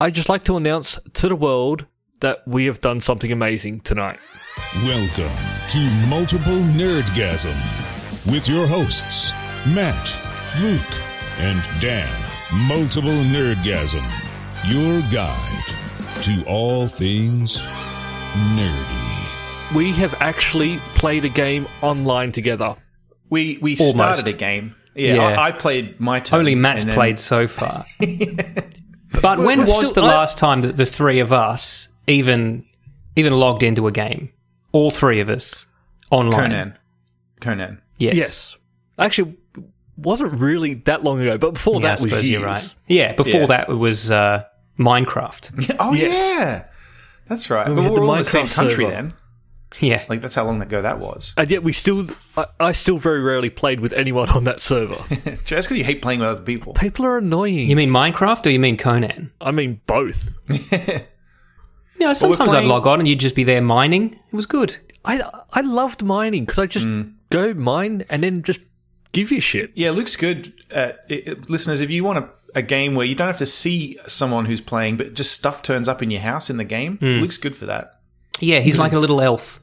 I'd just like to announce to the world that we have done something amazing tonight. Welcome to Multiple Nerdgasm with your hosts, Matt, Luke, and Dan. Multiple Nerdgasm, your guide to all things nerdy. We have actually played a game online together. We we started a game. Yeah, Yeah. I, I played my turn. Only Matt's and then- played so far. but when we're was still- the I- last time that the three of us even even logged into a game? All three of us online. Conan. Conan. Yes. Yes. Actually, wasn't really that long ago, but before Yeah, I that was suppose you're years. right. Yeah. Before Yeah. that it was uh, Minecraft. Oh Yes. yeah, that's right. When we But had we're the all in the same Minecraft country server. then. yeah. Like that's how long ago that was. And yet we still, I, I still very rarely played with anyone on that server. Just because you hate playing with other people. People are annoying. you mean Minecraft or you mean Conan? I mean, both. No, sometimes I'd playing- log on and you'd just be there mining. It was good. I I loved mining because I just Hmm. go mine and then just give you shit. Yeah, Luke's good. At, it, it- listeners, if you want a, a game where you don't have to see someone who's playing, but just stuff turns up in your house in the game, Hmm. Luke's good for that. Yeah, he's like a little elf.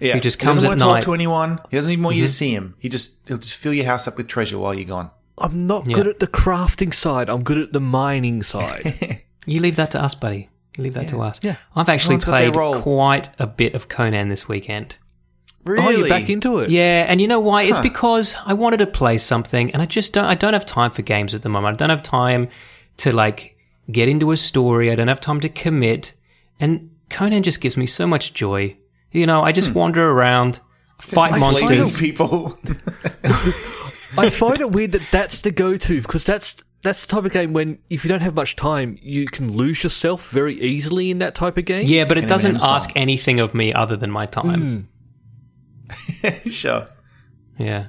Yeah, He just doesn't comes at want to talk night. Mm-hmm. to anyone. He doesn't even want you to see him. He just he'll just fill your house up with treasure while you're gone. I'm not good at the crafting side. I'm good at the mining Oh, side. You leave that to us, buddy. You leave that to us. Yeah. I've actually Everyone's got their played role. quite a bit of Conan this weekend. Really? Oh, you're back into it. Yeah, and you know why? It's because I wanted to play something, and I just don't. I don't have time for games at the moment. I don't have time to like get into a story. I don't have time to commit. And Conan just gives me so much joy. You know, I just wander around, fight I Slating monsters. people. I find it weird that that's the go-to because that's that's the type of game when if you don't have much time, you can lose yourself very easily in that type of game. Yeah, but it Eminem doesn't song. ask anything of me other than my time. sure. Yeah.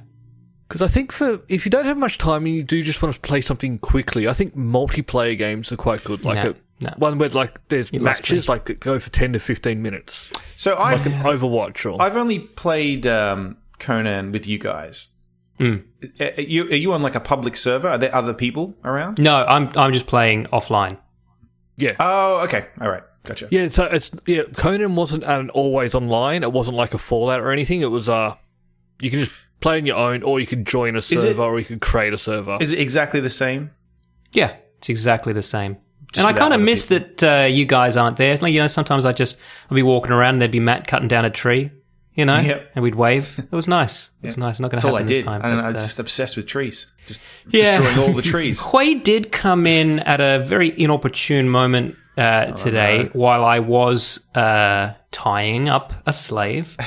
Because I think for if you don't have much time and you do just want to play something quickly, I think multiplayer games are quite good. Like No, a, no. one where like there's lost matches, like that go for ten to fifteen minutes, So I've like an Overwatch or I've only played um, Conan with you guys. Hmm. Are are you, are you on like a public server? Are there other people around? No, I'm I'm just playing offline. yeah. Oh, okay. All right. Gotcha. Yeah, so it's yeah. Conan wasn't an always online. It wasn't like a Fallout or anything. It was uh, you can just play on your own, or you could join a it- server, or you could create a server. Is it exactly the same? Yeah, it's exactly the same. Just and I without kind of other miss that uh, you guys aren't there. Like, you know, sometimes I just I'll be walking around and there'd be Matt cutting down a tree, you know, Yep. and we'd wave. It was nice. It was Yeah. nice. Not going That's to happen all I this did. time. I don't know. but, I was uh, just obsessed with trees, just Yeah. destroying all the trees. Quay did come in at a very inopportune moment Oh, uh, today while I was uh, tying up a slave.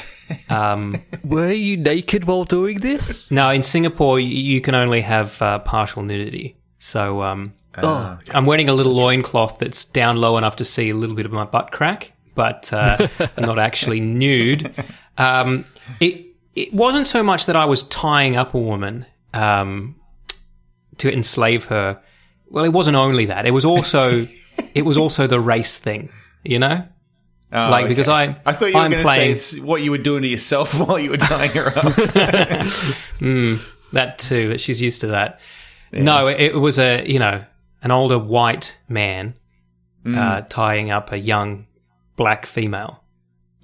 Were you naked while doing this? Now, in Singapore, y- you can only have uh, partial nudity. So um, Ah, oh, I'm wearing a little loincloth that's down low enough to see a little bit of my butt crack, but uh, I'm not actually nude. Um, it it wasn't so much that I was tying up a woman um, to enslave her. Well, it wasn't only that. It was also it was also the race thing, you know. Oh, like okay. because I I thought you were I'm going to say playing it's what you were doing to yourself while you were tying her up. that too that she's used to that. No, it, it was a you know an older white man Mm. uh, tying up a young black female.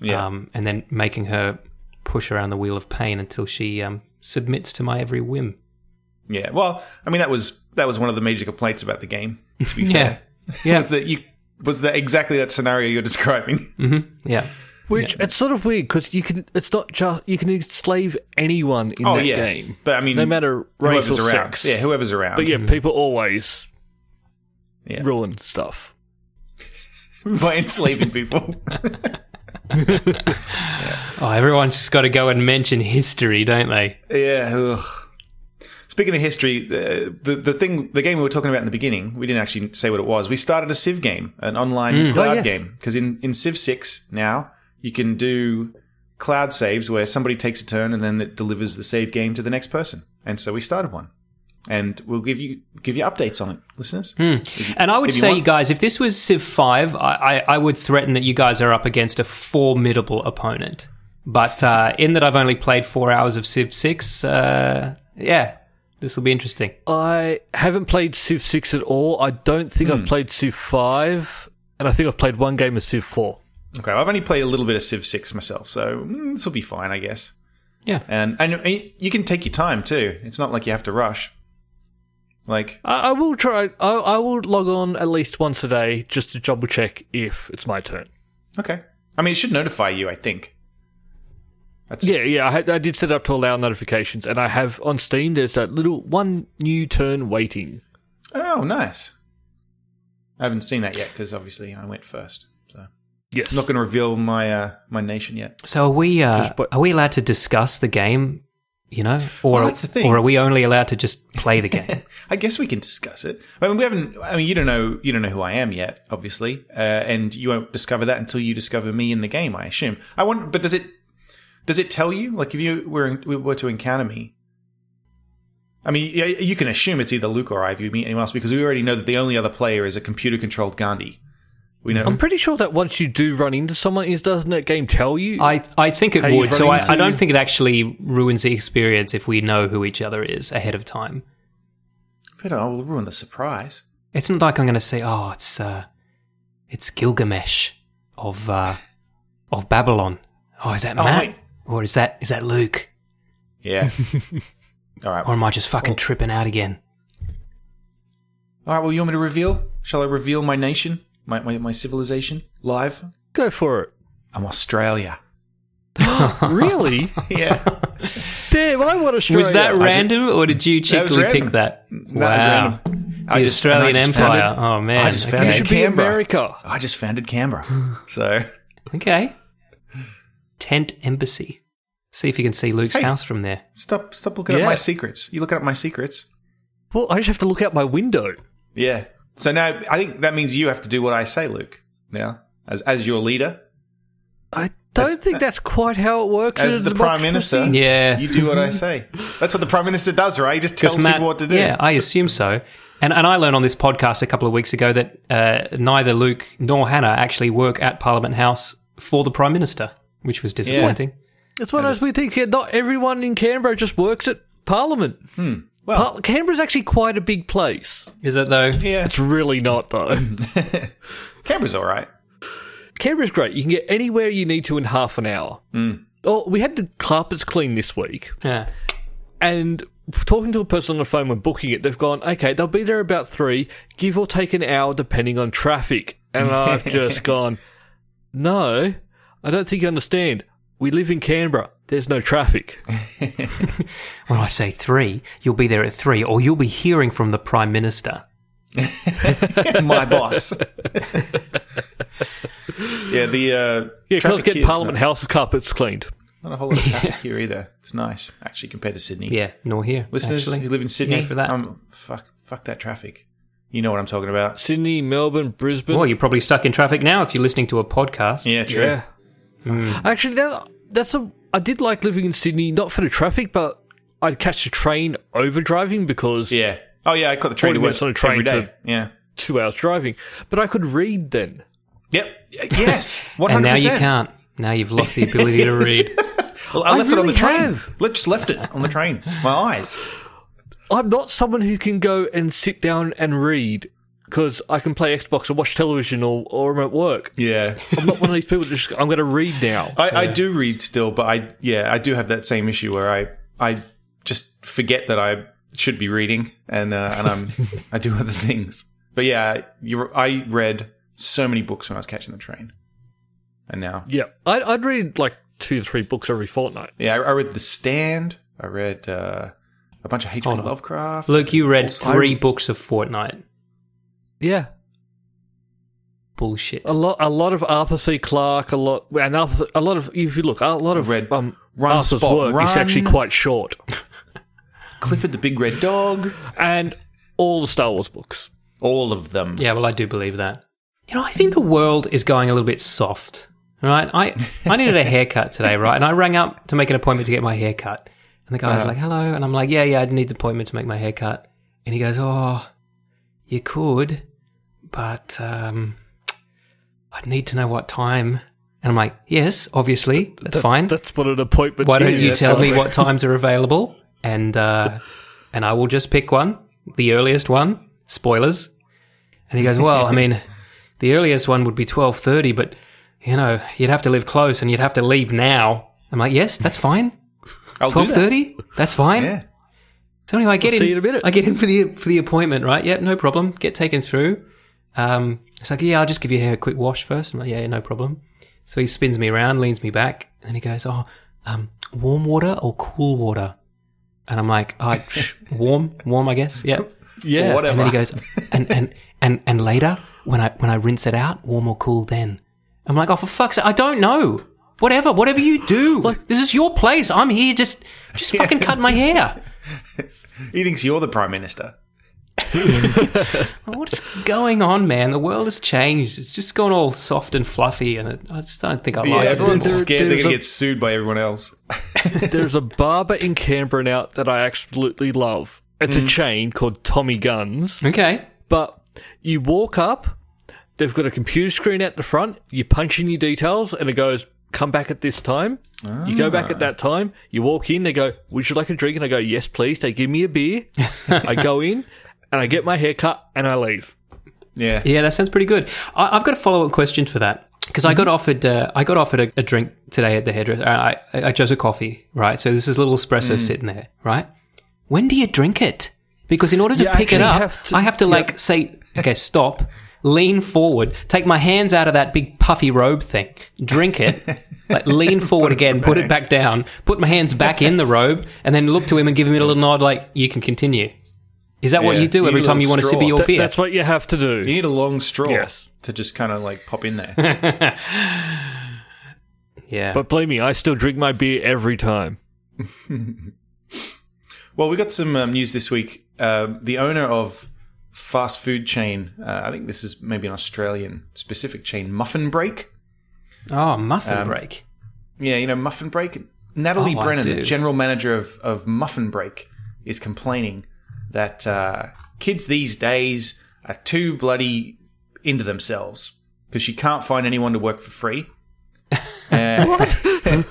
yeah. um, and then making her push around the wheel of pain until she um, submits to my every whim. yeah. Well, I mean that was that was one of the major complaints about the game. To be fair, yeah, was that you was that exactly that scenario you're describing? yeah. which it's sort of weird because you can. It's not just you can enslave anyone in oh that yeah. game, But I mean, no matter race whoever's or around. sex. Yeah, whoever's around. but yeah, people always Yeah. ruin stuff. by enslaving people. Oh, everyone's just got to go and mention history, don't they? yeah. ugh. Speaking of history, the, the the thing, the game we were talking about in the beginning, we didn't actually say what it was. We started a Civ game, an online yes. cloud game, because in in Civ six now you can do cloud saves where somebody takes a turn and then it delivers the save game to the next person. And so we started one, and we'll give you give you updates on it, listeners. And I would If you say, want- you guys, if this was Civ 5, I, I, I would threaten that you guys are up against a formidable opponent. But uh, in that I've only played four hours of Civ 6, uh, yeah, This will be interesting. I haven't played Civ 6 at all. I don't think Hmm. I've played Civ 5, and I think I've played one game of Civ 4. Okay, I've only played a little bit of Civ 6 myself, so mm, this will be fine, I guess. Yeah. And and y- you can take your time too. It's not like you have to rush. Like I, I will try. I, I will log on at least once a day just to double check if it's my turn. okay, I mean, it should notify you. I think. That's, Yeah, yeah. I, had, I did set it up to allow notifications, and I have on Steam. There's that little one new turn waiting. Oh, nice. I haven't seen that yet because obviously I went first. So I'm Yes. not going to reveal my uh, my nation yet. So are we? Uh, Just bu- are we allowed to discuss the game? You know, or Well, that's the thing. or are we only allowed to just play the game? I guess we can discuss it. I mean, we haven't. I mean, you don't know. You don't know who I am yet, obviously, uh, and you won't discover that until you discover me in the game. I assume. I want, but does it? Does it tell you? Like, if you were were to encounter me, I mean, y- you can assume it's either Luke or I. If you meet anyone else, because we already know that the only other player is a computer-controlled Gandhi. We know. I'm pretty sure that once you do run into someone, is doesn't that game tell you? I I think it How you would. So running I, I don't to- think it actually ruins the experience if we know who each other is ahead of time. but I will ruin the surprise. It's not like I'm going to say, "Oh, it's uh, it's Gilgamesh of uh, of Babylon." Oh, is that Oh, Matt? wait. Or is that is that Luke? Yeah. All right. Or All am I just fucking Oh. tripping out again? right. Well, you want me to reveal? Shall I reveal my nation, my my, my civilization, live? Go for it. I'm Australia. really? Yeah. Damn, I want to. Was that I did- random, or did you That was cheekily random. pick that? was random. The Australian and I Empire. founded- Oh, man. I just Okay. You founded should be Canberra. America. I just founded Canberra. So Okay. Tent embassy. See if you can see Luke's Hey. house from there. stop, stop looking Yeah. at my secrets. You looking at my secrets? Well, I just have to look out my window. Yeah. So now I think that means you have to do what I say, Luke. Now, as as your leader, I don't As- think that's quite how it works. as in the a prime minister, democracy. Yeah. you do what I say. That's what the prime minister does, right? He just tells 'Cause Matt- people what to do. Yeah, I assume so. And, and I learned on this podcast a couple of weeks ago that uh, neither Luke nor Hannah actually work at Parliament House for the Prime Minister, which was disappointing. It's one of those weird things. yeah, Not everyone in Canberra just works at Parliament. Hmm. Well, Par- Canberra's actually quite a big place. Is it though? yeah. It's really not though. Canberra's all right. Canberra's great. You can get anywhere you need to in half an hour. Oh, we had the carpets cleaned this week, Yeah. and talking to a person on the phone when booking it, they've gone, okay, they'll be there about three, give or take an hour, depending on traffic. And I've just gone, no, I don't think you understand. We live in Canberra. There's no traffic. When I say three, you'll be there at three, or you'll be hearing from the Prime Minister. my boss. yeah, the Yeah, because I uh, was traffic getting here's Parliament House carpets cleaned. Not, not a whole lot of traffic here either. It's nice actually compared to Sydney. Yeah, nor here. listeners actually. who live in Sydney Yay for that. Um, fuck, fuck that traffic. You know what I'm talking about. Sydney, Melbourne, Brisbane. well, you're probably stuck in traffic now if you're listening to a podcast. Yeah, true. Hmm. yeah. Actually, that, that's a. I did like living in Sydney, not for the traffic, but I'd catch a train over driving because Yeah. Oh yeah, I caught the train 40 to work minutes on a train every day. to- Yeah. two hours driving. But I could read then. Yep. Yes. One And hundred now you percent. can't. Now you've lost the ability to read. Well, I, I left it on the really train. have. Let- Just left it on the train. My eyes. I'm not someone who can go and sit down and read because I can play Xbox or watch television or, or I'm at work. Yeah. I'm not one of these people that just, I'm going to read now. I, I do read still, but I yeah I do have that same issue where I I just forget that I should be reading and uh, and I'm I do other things. But yeah, you I read so many books when I was catching the train, and now Yeah. I'd, I'd read like two to three books every fortnight. yeah I, I read The Stand. I read uh, a bunch of H.P. Hold on. Lovecraft. Luke, you read I- three books of Fortnite. Yeah. Bullshit. A lot, a lot of Arthur C. Clarke, a lot, and Arthur, a lot of. If you look, a lot of Read um, Run, Arthur's Spot, work is Run. actually quite short, Clifford the Big Red Dog. and all the Star Wars books. All of them. Yeah, well, I do believe that. You know, I think the world is going a little bit soft, right? I, I needed a haircut today, right? And I rang up to make an appointment to get my haircut. And the guy's like, hello. And I'm like, yeah, yeah, I need the appointment to make my haircut. And he goes, oh, you could, but um, I'd need to know what time. And I'm like, yes, obviously, that's fine. That's what an appointment. Why don't is. you That's tell not- me what times are available? And uh, and I will just pick one, the earliest one. Spoilers. And he goes, well, I mean, the earliest one would be twelve thirty, but you know, you'd have to live close and you'd have to leave now. I'm like, yes, that's fine. I'll do Twelve that. thirty, that's fine. Yeah. So anyway, I get We'll in. see you in a minute. I get in for the for the appointment, right? Yep, no problem. Get taken through. Um, it's like, yeah, I'll just give your hair a quick wash first. I'm like, yeah, no problem. So he spins me around, leans me back, and then he goes, oh, um, warm water or cool water? And I'm like, oh, psh, warm, warm, I guess. Yeah. Yeah. Whatever. And then he goes, and and and and later when I when I rinse it out, warm or cool then. I'm like, oh for fuck's sake, I don't know. Whatever, whatever you do. Like this is your place. I'm here just just fucking cut my hair. He thinks you're the prime minister. What's going on, man? The world has changed. It's just gone all soft and fluffy, and it, I just don't think I Yeah, like it. everyone's There- scared they're there's going to a- get sued by everyone else. There's a barber in Canberra now that I absolutely love. It's a chain called Tommy Guns. Okay. But you walk up, they've got a computer screen at the front, you punch in your details, and it goes, Come back at this time. You go back at that time, you walk in, they go, Would you like a drink? And I go, Yes, please. They give me a beer. I go in and I get my hair cut and I leave. Yeah. Yeah, that sounds pretty good. I, I've got a follow up question for that because I got offered uh, I got offered a, a drink today at the hairdresser. and I, I, I chose a coffee, right? So this is a little espresso sitting there, right? When do you drink it? Because in order to You pick it actually up, have to- I have to like say, okay, stop, lean forward, take my hands out of that big puffy robe thing, drink it, like lean forward again, put it back down, put my hands back in the robe, and then look to him and give him a little nod, like you can continue. Is that what Yeah, you do you every need a time you little want to sip straw. of your Th- beer? That's what you have to do. You need a long straw Yes. to just kind of like pop in there. yeah. But believe me, I still drink my beer every time. well, we got some um, news this week. Um, the owner of fast food chain, uh, I think this is maybe an Australian specific chain, Muffin Break. Oh, muffin break. Yeah, you know, Muffin Break. Natalie Oh, I Brennan, do. the general manager of, of Muffin Break, is complaining that uh, kids these days are too bloody into themselves because she can't find anyone to work for free. Uh,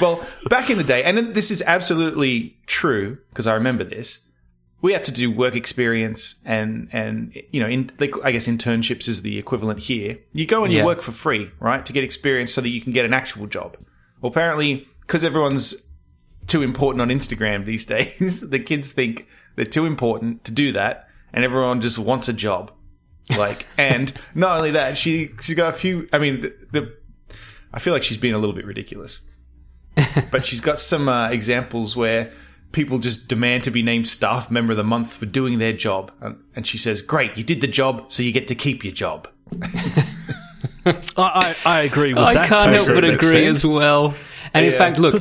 well, back in the day, and this is absolutely true because I remember this. We had to do work experience and and you know, in, like, I guess internships is the equivalent here. You go and Yeah. you work for free, right, to get experience so that you can get an actual job. Well, apparently, because everyone's too important on Instagram these days, the kids think they're too important to do that, and everyone just wants a job. Like, and not only that, she she's got a few. I mean, the, the I feel like she's being a little bit ridiculous. but she's got some uh, examples where people just demand to be named staff member of the month for doing their job. And, and she says, Great, you did the job, so you get to keep your job. I, I, I agree with that. I to can't a help but certain agree extent. as well. And in Yeah. fact, look,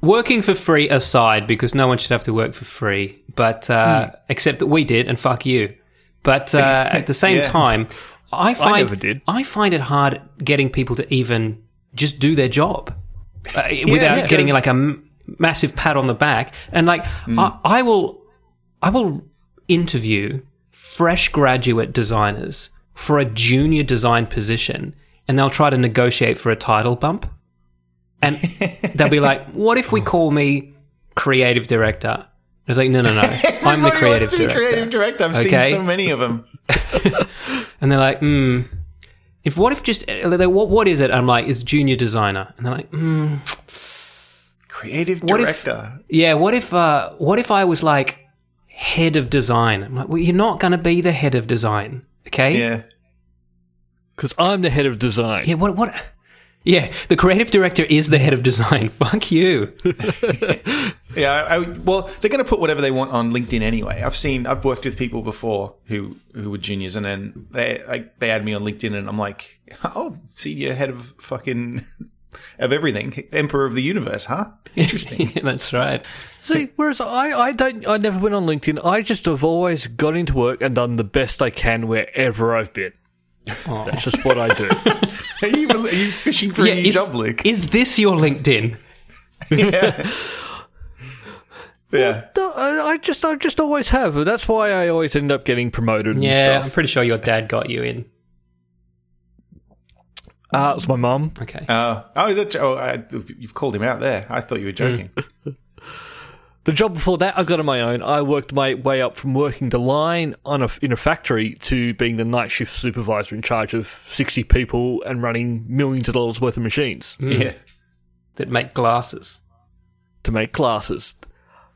working for free aside, because no one should have to work for free, but uh, except that we did, and fuck you. But uh, at the same Yeah. time, I find never did. I find it hard getting people to even just do their job uh, without yeah, getting 'cause- like a m- massive pat on the back. And like, I, I will, I will interview fresh graduate designers for a junior design position and they'll try to negotiate for a title bump. And they'll be like, what if we call me creative director? And it's like, no, no, no. I'm the Everybody creative wants to be director. creative director. I've Okay. seen so many of them. And they're like, hmm. If what if just, uh, they're, what, what is it? I'm like, it's junior designer. And they're like, hmm. Creative What if- director. Yeah, what if uh, what if I was like head of design? I'm like, well, you're not going to be the head of design, okay? yeah. Because I'm the head of design. Yeah. What? What? Yeah, the creative director is the head of design. Fuck you. Yeah, I, I, well, they're going to put whatever they want on LinkedIn anyway. I've seen, I've worked with people before who who were juniors, and then they like they add me on LinkedIn, and I'm like, oh, senior head of fucking of everything, emperor of the universe, huh? Interesting. Yeah, That's right. See, whereas I, I don't, I never went on LinkedIn. I just have always got into work and done the best I can wherever I've been. That's just what I do. are, you, are you fishing for Yeah, a new is, job, Luke? is this your LinkedIn? yeah. No, I I just, I just always have, and that's why I always end up getting promoted Yeah, and I'm stuff. pretty sure your dad got you in. Uh, it was my mum. Okay. oh, Mm. Uh, oh, is that? Oh, I, you've called him out there. I thought you were joking. The job before that, I got on my own. I worked my way up from working the line on a, in a factory to being the night shift supervisor in charge of 60 people and running millions of dollars worth of machines Mm. Yeah. that make glasses. to make glasses.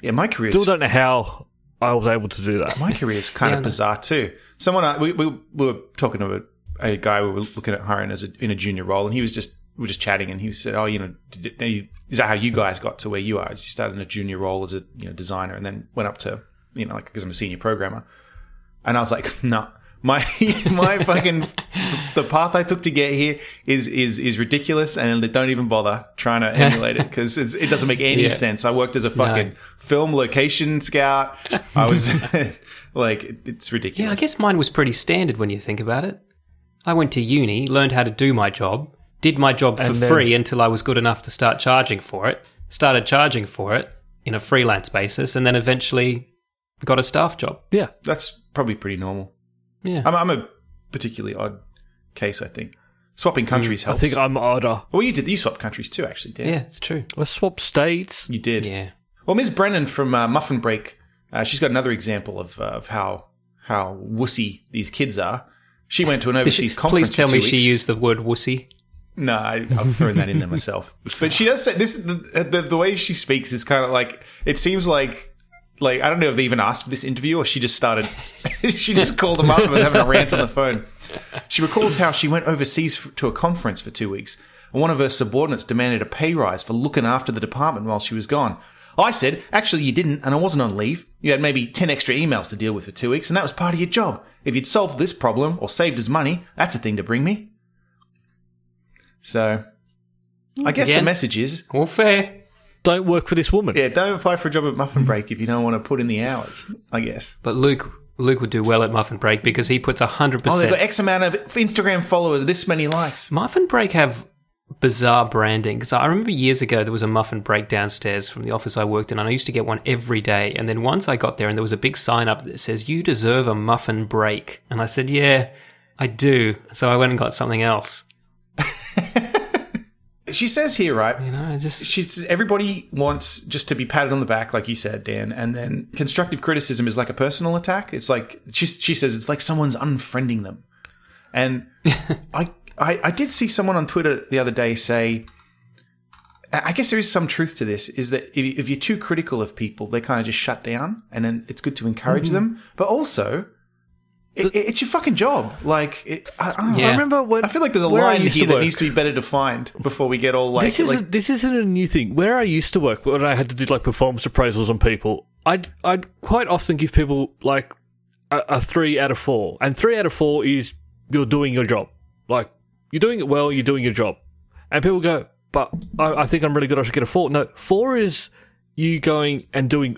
Yeah, my career Still don't know how I was able to do that. my career is kind Yeah, I of know. bizarre too. Someone I- we, we, we were talking to a, a guy we were looking at hiring as a, in a junior role, and he was just we were just chatting, and he said, "Oh, you know, did, did you- is that how you guys got to where you are? Is you started in a junior role as a you know designer, and then went up to you know like because I'm a senior programmer." And I was like, "No." My my fucking the path I took to get here is is is ridiculous, and don't even bother trying to emulate it because it doesn't make any Yeah. sense. I worked as a fucking film location scout. I was like, it- it's Yeah, I ridiculous. guess mine was pretty standard when you think about it. I went to uni, learned how to do my job, did my job for And then- free until I was good enough to start charging for it, started charging for it in a freelance basis, and then eventually got a staff job. Yeah. That's probably pretty normal. Yeah. I'm, I'm a particularly odd case, I think. Mm, Swapping countries I helps. think I'm odder. well, you did. You swapped countries too, actually, Dan. yeah, it's true. I swapped states. You did. Yeah. Well, Ms. Brennan from uh, Muffin Break, uh, she's got another example of, uh, of how how wussy these kids are. She went to an Did overseas she- conference. please tell for me two she weeks. used the word wussy. No, I, I've thrown that in there myself. But she does say this. The, the, the way she speaks is kind of like it seems like like I don't know if they even asked for this interview or she just started. she just called them up and was having a rant on the phone. She recalls how she went overseas f- to a conference for two weeks, and one of her subordinates demanded a pay rise for looking after the department while she was gone. I said, actually, you didn't, and I wasn't on leave. You had maybe 10 extra emails to deal with for two weeks, and that was part of your job. If you'd solved this problem or saved us money, that's a thing to bring me. So, I guess the Again. message is All fair. Don't work for this woman. yeah, don't apply for a job at Muffin Break if you don't want to put in the hours, I guess. But Luke Luke would do well at Muffin Break because he puts 100%. Oh, they've got X amount of Instagram followers, this many likes. Muffin Break have bizarre branding because I remember years ago there was a Muffin Break downstairs from the office I worked in, and I used to get one every day. And then once I got there, and there was a big sign up that says "You deserve a Muffin Break," and I said, "Yeah, I do." So I went and got something else. She says here, right? You know, I just she's everybody wants just to be patted on the back, like you said, Dan. And then constructive criticism is like a personal attack. It's like she she says it's like someone's unfriending them. And I, I I did see someone on Twitter the other day say, I I guess there is some truth to this, is that if, if you're too critical of people, they kind of just shut down, and then it's good to encourage them. But also. It, it's your fucking job. Like, it, I, I, don't know. Yeah. I remember when I feel like there's a where I line used here to that work. needs to be better defined before we get all like, this isn't like this isn't a new thing. Where I used to work, when I had to do like performance appraisals on people, I'd I'd quite often give people like a, a three out of four, and three out of four is you're doing your job. Like you're doing it well, you're doing your job, and people go, but I, I think I'm really good. I should get a four. No, four is you going and doing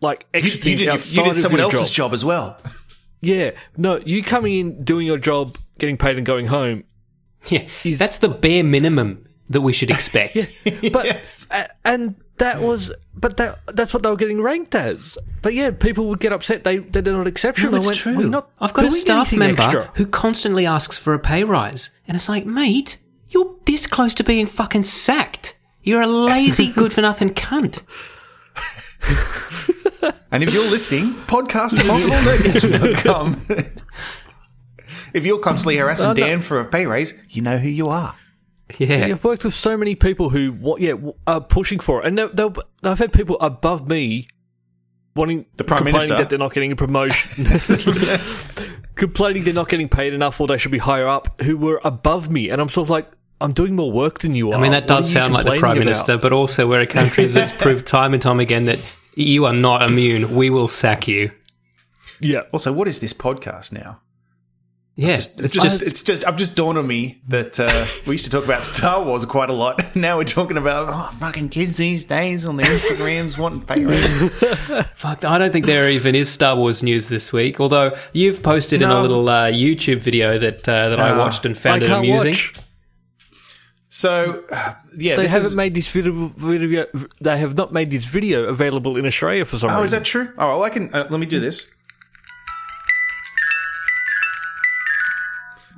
like extra you things did, outside you did of someone your else's job. job as well. Yeah, no, you coming in, doing your job, getting paid, and going home yeah, that's the bare minimum that we should expect. but a- and that was but that that's what they were getting ranked as but yeah people would get upset they they're not exceptional No, it's They went, true. "We're not I've got a doing staff anything member extra." who constantly asks for a pay rise, and it's like, mate, you're this close to being fucking sacked. You're a lazy, good for nothing cunt. And if you're listening, podcast at multiplenerdgasm.com. if you're constantly harassing no. Dan for a pay raise, you know who you are. Yeah. I've worked with so many people who what yeah w- are pushing for it and they'll, they'll, I've had people above me wanting The Prime complaining Minister. that they're not getting a promotion complaining they're not getting paid enough or they should be higher up who were above me and I'm sort of like I'm doing more work than you are I mean, that What are does you sound like the complaining Prime about? Minister, but also we're a country that's proved time and time again that you are not immune. We will sack you. yeah Also, what is this podcast now? Yeah. Just, it's it's just, it's just, I've just dawned on me that uh, we used to talk about Star Wars quite a lot. Now we're talking about oh, fucking kids these days on their Instagrams wanting pay raises. fuck, I don't think there even is Star Wars news this week, although you've posted in No. a little uh, YouTube video that uh, that I Ah, watched and I found it can't amusing. watch So, uh, yeah, They this haven't is- made this video, video. They have not made this video available in Australia for some Oh, is Um, reason. that true? Oh, well, I can. Uh, let me do Hmm. this.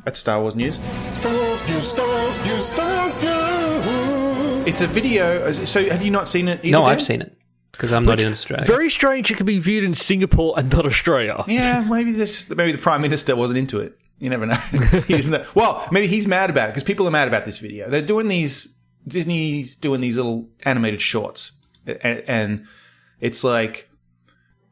That's Star Wars news. Star Wars news, Star Wars news, Star Wars news. It's a video. So, have you not seen it? Either No, Dan? I've seen it. because I'm not in Australia. Very strange it can be viewed in Singapore and not Australia. Yeah, maybe this. Maybe the prime minister wasn't into it. You never know. he doesn't know. Well, maybe he's mad about it because people are mad about this video. They're doing these. Disney's doing these little animated shorts, and, and it's like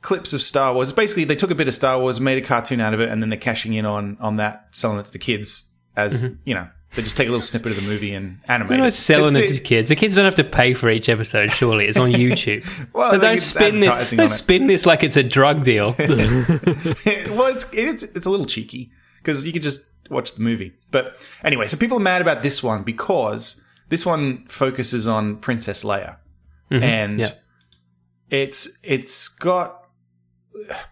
clips of Star Wars. Basically, they took a bit of Star Wars, made a cartoon out of it, and then they're cashing in on on that, selling it to the kids as you know. They just take a little snippet of the movie and animate We're Mm-hmm. not it. selling It's- it to kids. The kids don't have to pay for each episode. Surely it's on YouTube. Well, I But think don't it's spin this. advertising Don't on it. spin this like it's a drug deal. well, it's, it's it's a little cheeky because you could just watch the movie. But anyway, so people are mad about this one because this one focuses on Princess Leia, and Mm-hmm. yeah. it's it's got.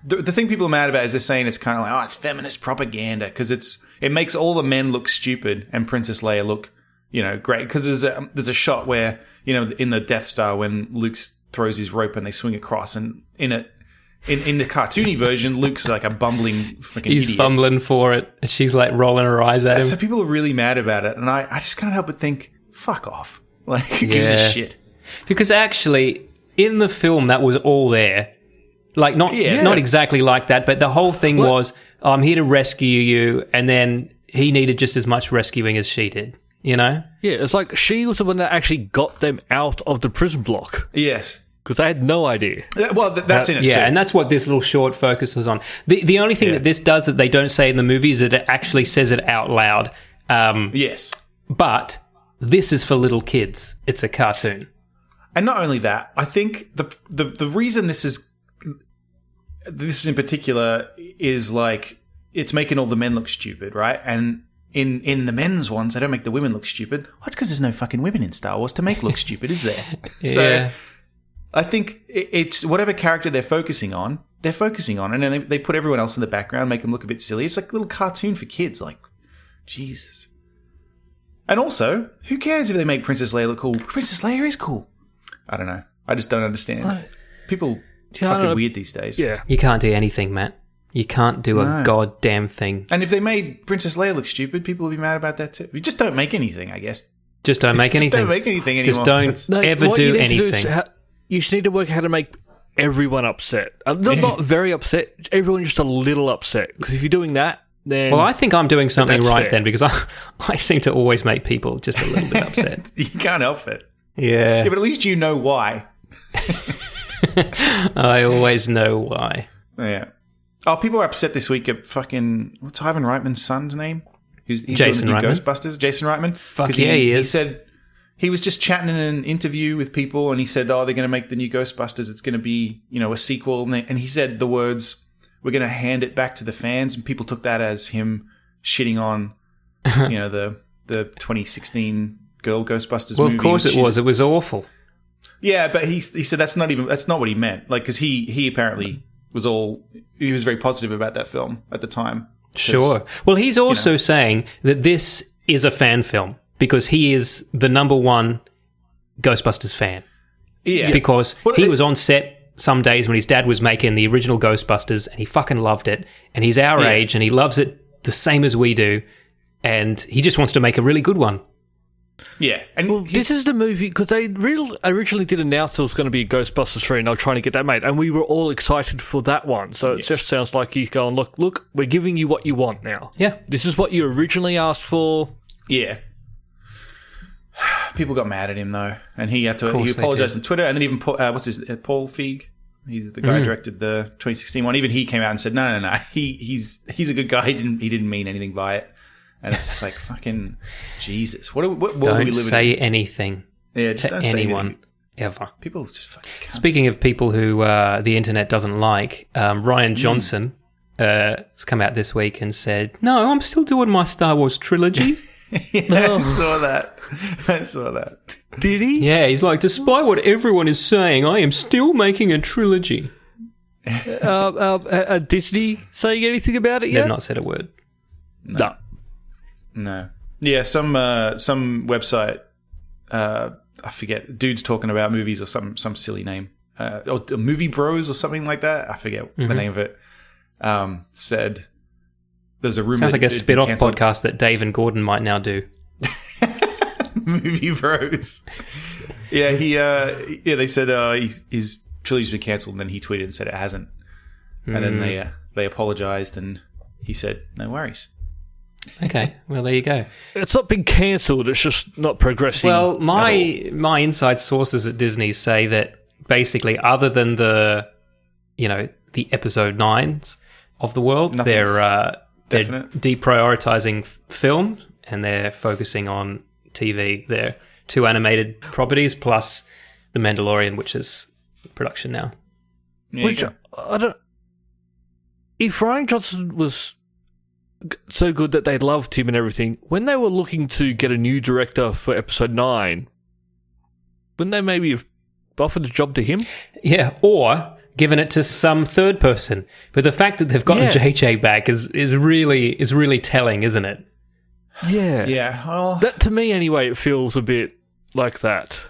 The, the thing people are mad about is they're saying it's kind of like oh it's feminist propaganda because it's it makes all the men look stupid and Princess Leia look you know great because there's a there's a shot where you know in the Death Star when Luke s- throws his rope and they swing across and in it in, in the cartoony version, Luke's like a bumbling freaking He's idiot. fumbling for it. and She's like rolling her eyes at So him. people are really mad about it, and I, I just can't help but think, fuck off. Like, who gives Yeah. a shit? Because actually, in the film, that was all there. Like not Yeah. not exactly like that, but the whole thing was, I'm here to rescue you, and then he needed just as much rescuing as she did. You know. Yeah, it's like she was the one that actually got them out of the prison block Yes. because they had no idea. Th- Well, th- that's in it Yeah, too. and that's what this little short focuses on. The the only thing that this does that they don't say in the movie is that it actually says it out loud. Um, yes. but this is for little kids. It's a cartoon. And not only that, I think the the the reason this is this in particular is like it's making all the men look stupid, right? And in in the men's ones, they don't make the women look stupid. Well, it's because there's no fucking women in Star Wars to make look stupid, is there? So yeah. I think it- it's whatever character they're focusing on, they're focusing on, and then they, they put everyone else in the background, make them look a bit silly. It's like a little cartoon for kids, like Jesus. And also, who cares if they make Princess Leia look cool? Princess Leia is cool. I don't know. I just don't understand. People I don't fucking know. weird these days. Yeah. You can't do anything, Matt. You can't do a No. goddamn thing. And if they made Princess Leia look stupid, people would be mad about that too. You just don't make anything, I guess. Just don't make anything. Just don't make anything anymore. Just don't No, ever what you do need to anything. is ha- you just need to work out how to make everyone upset. Uh, Not, not very upset, everyone just a little upset. Because if you're doing that, then. well, I think I'm doing something that's right fair. then because I, I seem to always make people just a little bit upset. You can't help it. yeah. Yeah, but at least you know why. I always know why. Yeah. Oh, people were upset this week at fucking what's Ivan Reitman's son's name? Who's he's Jason doing the new Reitman. Ghostbusters? Jason Reitman. Fuck yeah, he is. said he was just chatting in an interview with people, and he said, "Oh, they're going to make the new Ghostbusters. It's going to be you know a sequel." And, they, and he said the words, "We're going to hand it back to the fans," and people took that as him shitting on you know the the 2016 girl Ghostbusters. Well, movie, of course which it is- was. It was awful. yeah, but he he said that's not even that's not what he meant. Like because he he apparently was all he was very positive about that film at the time. Sure. Well, he's also saying that this is a fan film because he is the number one Ghostbusters fan. Yeah, Because Well, he it- was on set some days when his dad was making the original Ghostbusters and he fucking loved it. And he's our Yeah. age and he loves it the same as we do. And he just wants to make a really good one. yeah, and Well, he- this is the movie because they real, originally did announce there was going to be a Ghostbusters 3 and they were trying to get that made. And we were all excited for that one. So it just sounds like he's going, look, look, we're giving you what you want now. Yeah. This is what you originally asked for. yeah. People got mad at him though, and he had to he course they apologized on Twitter, and then even Paul, uh, what's his uh, Paul Feig, he's the guy Mm. who directed the 2016 one. Even he came out and said, "No, no, no, he he's he's a good guy. He didn't he didn't mean anything by it." And it's just like fucking Jesus, what, do- what world do we Don't live say anything in? Yeah, just to don't say anyone anything. ever. People just fucking. Can't Speaking of people who uh, the internet doesn't like, um, Ryan Johnson uh, has come out this week and said, "No, I'm still doing my Star Wars trilogy." I saw that. I saw that. Did he? yeah, he's like, despite what everyone is saying, I am still making a trilogy. Uh, uh, uh, uh, Disney saying anything about it yet? They've not said a word. No. No. Yeah, some uh, some website. Uh, I forget. Dude's talking about movies or some some silly name. Uh, or the Movie Bros or something like that. I forget Mm-hmm. the name of it. Um, said there's a rumor. Sounds like a that it'd been spin-off cancelled. podcast that Dave and Gordon might now do. movie bros. yeah, he. Uh, yeah, they said uh, he's, his trilogy's been cancelled, and then he tweeted and said it hasn't. And then Mm. they uh, they apologized, and he said no worries. Okay, well there you go. It's not been cancelled. It's just not progressing. Well, at all. my my inside sources at Disney say that basically, other than the you know the episode nines of the world, Nothing's they're uh, they're definite. deprioritizing f- film and they're focusing on TV. Their two animated properties plus the Mandalorian, which is in production now. There you which go. I don't. If Ryan Johnson was g- so good that they loved him and everything, when they were looking to get a new director for Episode Nine, wouldn't they maybe have offered a job to him? Yeah, or given it to some third person. But the fact that they've gotten Yeah. JJ back is is really is really telling, isn't it? Yeah, yeah, well, That to me, anyway, it feels a bit like that.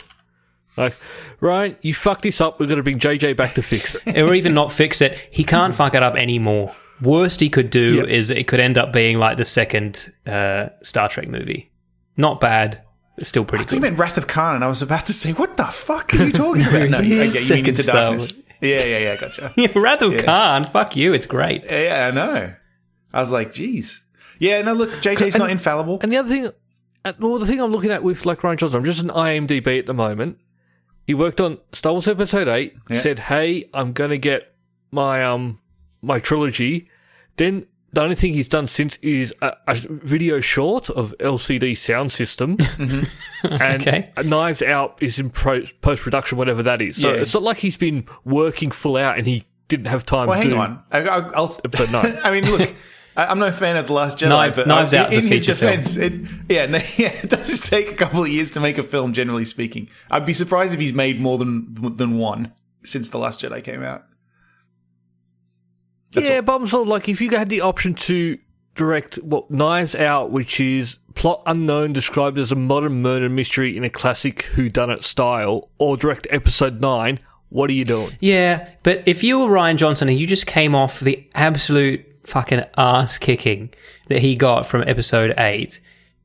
Like, Ryan, you fucked this up. We're going to bring JJ back to fix it. or even not fix it. He can't fuck it up anymore. Worst he could do Yep. is it could end up being like the second uh, Star Trek movie. Not bad, but still pretty you good. meant Wrath of Khan, and I was about to say, what the fuck are you talking about? No, he's you, okay, you second mean Into Star Darkness. Wars. Yeah, yeah, yeah, gotcha. Wrath of Khan, fuck you, it's great. yeah, I know. I was like, geez. Yeah, no, look, JJ's not infallible. And the other thing, and- well, the thing I'm looking at with like Ryan Johnson, I'm just an IMDb at the moment. He worked on Star Wars Episode Eight. Yeah. Said, "Hey, I'm going to get my um my trilogy." Then the only thing he's done since is a, a video short of LCD sound system, Mm-hmm. and Okay. Knived Out is in pro- post production, whatever that is. So Yeah. it's not like he's been working full out and he didn't have time. well, to hang do- on. I, I, I'll, But no. I mean, look, I, I'm no fan of The Last Jedi, Knives- but Knives uh, Out's a in, in his feature film. defense, it, yeah, no, yeah, it does take a couple of years to make a film, generally speaking. I'd be surprised if he's made more than than one since The Last Jedi came out. yeah, but I'm sort of like if you had the option to direct well, Knives Out, which is plot unknown described as a modern murder mystery in a classic whodunit style, or direct episode nine, what are you doing? Yeah, but if you were Ryan Johnson and you just came off the absolute fucking ass kicking that he got from episode eight,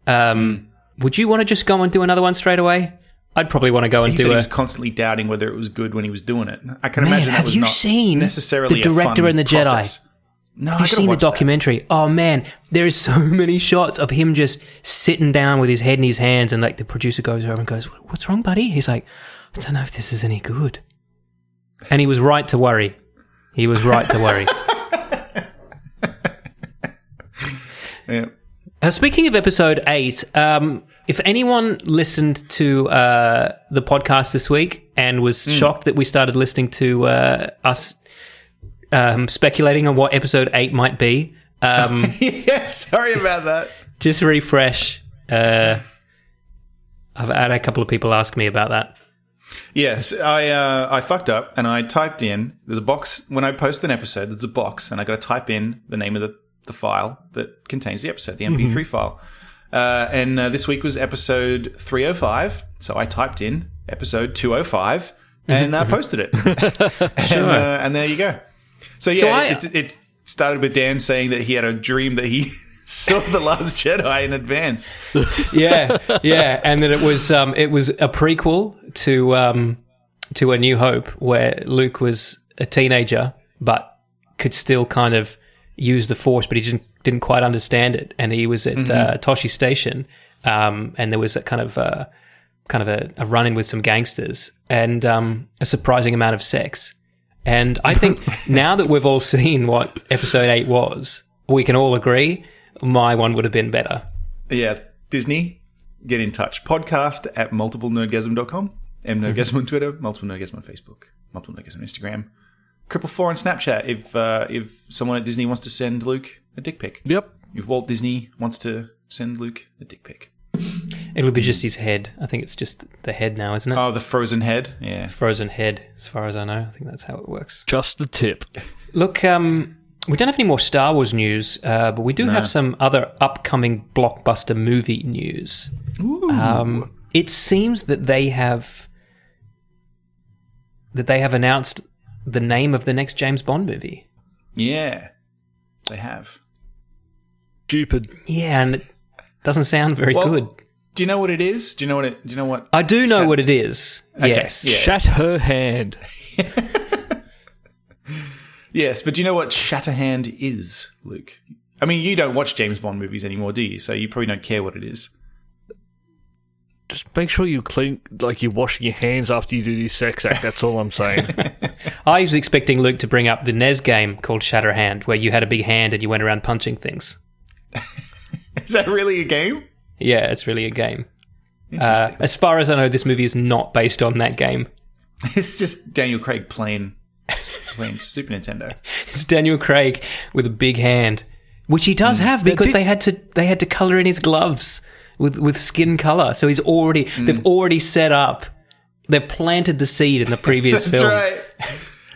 um, would you want to just go and do another one straight away? I'd probably want to go and He do said he a was constantly doubting whether it was good when he was doing it. I can Man, imagine that have was you not seen necessarily The a Director fun and the Jedi? process. No, Have you seen the documentary? Oh man, there is so many shots of him just sitting down with his head in his hands, and like the producer goes over and goes, "What's wrong, buddy?" He's like, "I don't know if this is any good," and he was right to worry. He was right to worry. Yeah. Uh, speaking of episode eight, um, if anyone listened to uh, the podcast this week and was shocked that we started listening to uh, us um, speculating on what episode eight might be, um, yeah, sorry about that. just refresh. Uh, I've had a couple of people ask me about that. Yes, I uh, I fucked up and I typed in. There's a box when I post an episode. There's a box and I got to type in the name of the, the file that contains the episode, the MP3 file. Uh, and uh, this week was episode 305, so I typed in episode 205 and uh, posted it. and, uh, and there you go. So yeah, I- it, it started with Dan saying that he had a dream that he saw the Last Jedi in advance. Yeah, yeah, and then it was um, it was a prequel to um, to A New Hope, where Luke was a teenager but could still kind of use the Force, but he didn't didn't quite understand it, and he was at uh, Toshi Station, um, and there was a kind of uh, kind of a, a run in with some gangsters, and um, a surprising amount of sex. And I think now that we've all seen what episode eight was, we can all agree my one would have been better. Yeah, Disney, get in touch. Podcast at multiplenerdgasm.com. Mnerdgasm on Twitter, multiple nerdgasm on Facebook, multiple nerdgasm on Instagram. Cripple Four on Snapchat. If uh, if someone at Disney wants to send Luke a dick pic, Yep. if Walt Disney wants to send Luke a dick pic. It would be just his head. I think it's just the head now, isn't it? Hmm. Oh, the frozen head. Yeah, Frozen head, as far as I know. I think that's how it works. Just the tip. Look, um, we don't have any more Star Wars news, uh, but we do have some other upcoming blockbuster movie news. Um, it seems that they have that they have announced the name of the next James Bond movie. yeah, they have. Stupid. Yeah, and it doesn't sound very Well- good. Do you know what it is? Do you know what it? Do you know what? I do know what it is. Okay, Yes. yeah. Shat her hand. Yes, but do you know what Shatterhand is, Luke? I mean, you don't watch James Bond movies anymore, do you? So you probably don't care what it is. Just make sure you clean, like you're washing your hands after you do this sex act. That's all I'm saying. I was expecting Luke to bring up the NES game called Shatterhand, where you had a big hand and you went around punching things. Is that really a game? Yeah, it's really a game. Uh, as far as I know, this movie is not based on that game. It's just Daniel Craig playing playing Super Nintendo. It's Daniel Craig with a big hand, which he Mm. does have because they had to they had to color in his gloves with with skin color. So he's already Mm. they've already set up. They've planted the seed in the previous That's film. right.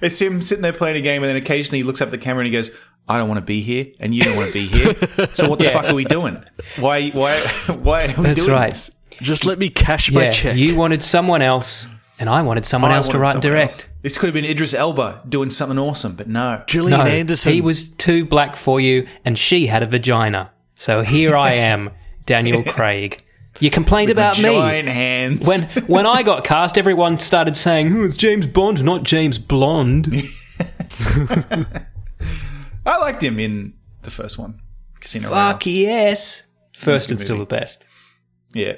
It's him sitting there playing a game, and then occasionally he looks up at the camera and he goes, "I don't want to be here, and you don't want to be here. So what the fuck are we doing? Why? Why? Why are we That's doing right. this? Just let me cash my Yeah, check. you wanted someone else, and I wanted someone I else to wanted write and someone direct. else. This could have been Idris Elba doing something awesome, but no. Gillian No, Anderson. he was too black for you, and she had a vagina. So here I am, Daniel Craig. You complained about Giant me. hands. When when I got cast, everyone started saying, "Who is James Bond, not James Blonde?" I liked him in the first one, Casino Royale. Fuck yes. First good and still movie. the best. Yeah.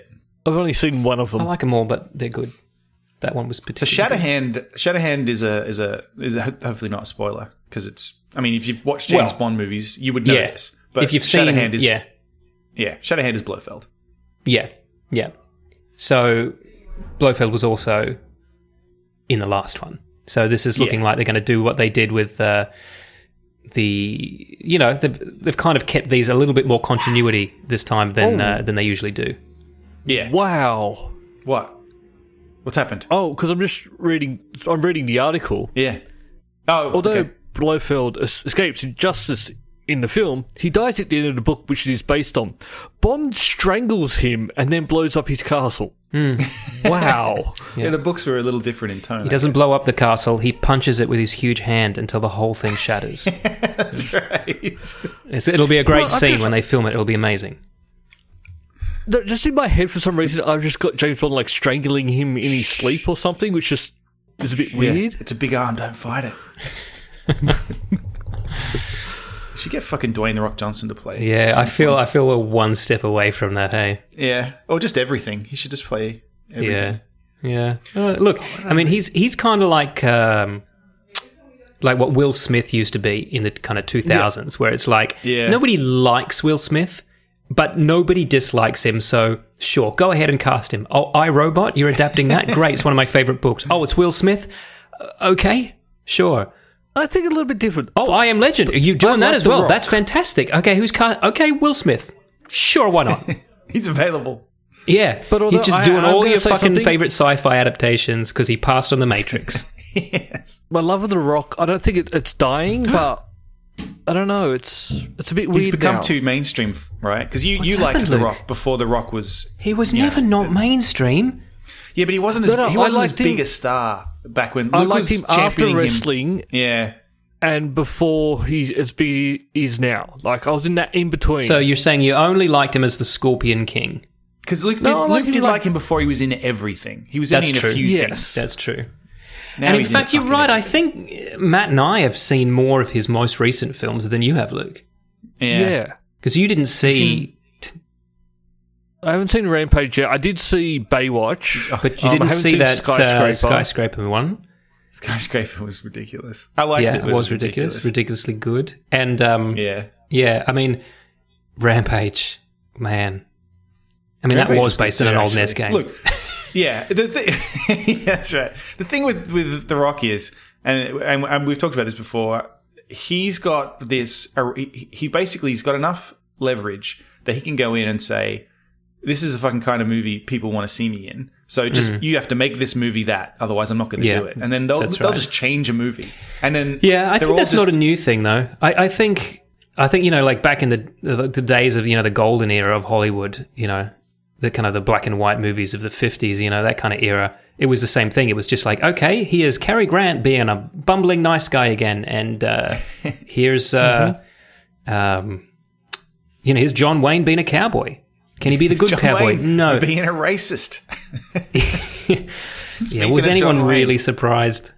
I've only seen one of them. I like them all, but they're good. That one was particularly. Shatterhand. Shatterhand is a is a is a, hopefully not a spoiler because it's. I mean, if you've watched James Well, Bond movies, you would good. know yeah. this. But if you've seen, Shatterhand is yeah, yeah, Shatterhand is Blofeld. yeah, yeah. So Blofeld was also in the last one. So this is looking Yeah. like they're going to do what they did with uh, the, you know, they've, they've kind of kept these a little bit more continuity this time than uh, than they usually do. Yeah. wow. What? What's happened? Oh, because I'm just reading. I'm reading the article. Yeah. Oh, Although okay. Blofeld es- escapes injustice in the film, he dies at the end of the book, which it is based on. Bond strangles him and then blows up his castle. Hmm. Wow. yeah. the books were a little different in tone. He doesn't blow up the castle. He punches it with his huge hand until the whole thing shatters. That's right. It's, it'll be a great Well, I'm scene just- when they film it. It'll be amazing. Th- just in my head, for some reason, I've just got James Bond like strangling him in his sleep or something, which just is a bit weird. Yeah. It's a big arm. Don't fight it. You Should get fucking Dwayne the Rock Johnson to play. Yeah, I feel I feel we're one step away from that. Hey, Yeah. Or just everything. He should just play everything. yeah, yeah. Uh, look, I mean, he's he's kind of like um, like what Will Smith used to be in the kind of two thousands, where it's like Yeah. nobody likes Will Smith, but nobody dislikes him. So sure, go ahead and cast him. Oh, I Robot, you're adapting that? Great, it's one of my favorite books. Oh, it's Will Smith. Uh, okay, sure. I think a little bit different. Oh, I Am Legend. Are you doing I that like as The well? Rock. That's fantastic. Okay, who's cast? Okay, Will Smith. Sure, why not? He's available. Yeah, But but although he's just I- doing I'm all gonna your say fucking something- favorite sci-fi adaptations because he passed on The Matrix. yes. My love of the rock. I don't think it, it's dying, but I don't know. It's it's a bit weird. He's become now. too mainstream, f- right? Because you, you happened, liked The Luke? Rock before The Rock was. he was Yeah. never not mainstream. Yeah, but he wasn't as, No, no, he I wasn't as liked him- big a star back when. Luke I liked was him after championing him. wrestling, Yeah. and before he's as big as he is now. Like I was in that in between. So you're saying you only liked him as the Scorpion King? Because Luke, No, I did, like Luke him did like- like him before he was in everything. He was That's only in true. a few Yes. things. That's true. Now and in he's fact, you're fucking right. I everything. think Matt and I have seen more of his most recent films than you have, Luke, yeah. yeah. because you didn't see, I haven't seen Rampage yet. I did see Baywatch, but Um, you I didn't haven't see seen that skyscraper. skyscraper. Uh, skyscraper one. Skyscraper was ridiculous. I liked Yeah, it. it but was ridiculous, ridiculously good. And um, Yeah. Yeah, I mean, Rampage, man. I mean, Rampage that was good based on an too, old NES actually. game. Look, yeah, the thi- that's right. The thing with with The Rock is, and, and and we've talked about this before. He's got this. uh, He he basically he's got enough leverage that he can go in and say, "This is a fucking kind of movie people want to see me in." So just you have to make this movie that, otherwise I'm not going to Mm. Yeah, do it. And then they'll that's they'll right. just change a movie. And then yeah, I they're think all that's just- not a new thing, though. I, I think, I think you know, like back in the, the the days of you know the golden era of Hollywood, you know, the kind of the black and white movies of the fifties, you know, that kind of era. It was the same thing. It was just like, okay, here's Cary Grant being a bumbling nice guy again, and uh, here's, uh, Mm-hmm. um, you know, here's John Wayne being a cowboy. Can he be the good John cowboy? Wayne no, being a racist. Yeah, was Speaking of anyone John Wayne. really surprised?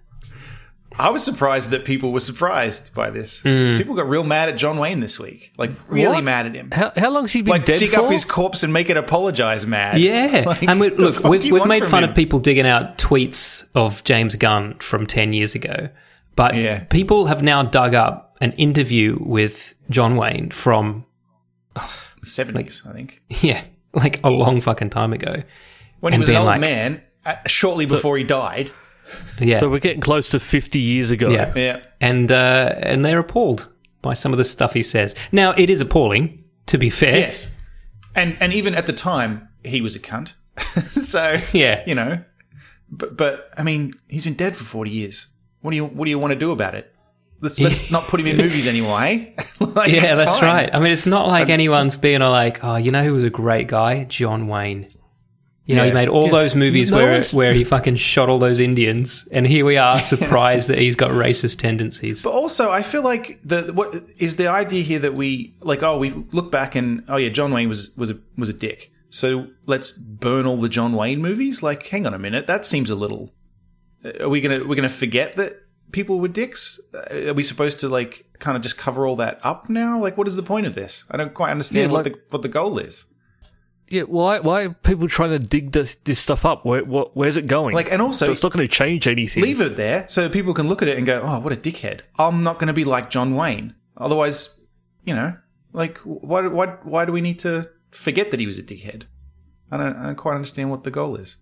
I was surprised that people were surprised by this. Hmm. People got real mad at John Wayne this week. Like, really What? mad at him. How, how long's he been Like, dead dig for? up his corpse and make it apologize mad. Yeah, Like, and we, the look, fuck we've, do you we've want made from fun him? of people digging out tweets of James Gunn from ten years ago, but Yeah. people have now dug up an interview with John Wayne from 70s, I think. yeah, like a long fucking time ago. When he and was an being old like- man, uh, shortly before he died. Yeah, So we're getting close to 50 years ago. yeah, Yeah. and uh, and they're appalled by some of the stuff he says. Now it is appalling, to be fair. Yes. And and even at the time, he was a cunt. so Yeah. you know, but but I mean, he's been dead for forty years. What do you what do you want to do about it? Let's let's not put him in movies anyway. Like, Yeah, that's fine. right. I mean, it's not like anyone's being all like, oh, you know who was a great guy? John Wayne. You know, he Yeah. made all those movies No where one's- where he fucking shot all those Indians, and here we are surprised that he's got racist tendencies. But also, I feel like the what is the idea here that we like? Oh, we look back and oh yeah, John Wayne was was a, was a dick. So let's burn all the John Wayne movies. Like, hang on a minute, that seems a little. Are we gonna we're gonna forget that people were dicks? Uh, Are we supposed to like kind of just cover all that up now? Like, what is the point of this? I don't quite understand Yeah, what like- the what the goal is. Yeah, why, why are people trying to dig this, this stuff up? Where, what, where's it going? Like, and also- it's not going to change anything. Leave it there so people can look at it and go, oh, what a dickhead. I'm not going to be like John Wayne. Otherwise, you know, like, why, why, why do we need to forget that he was a dickhead? I don't, I don't quite understand what the goal is.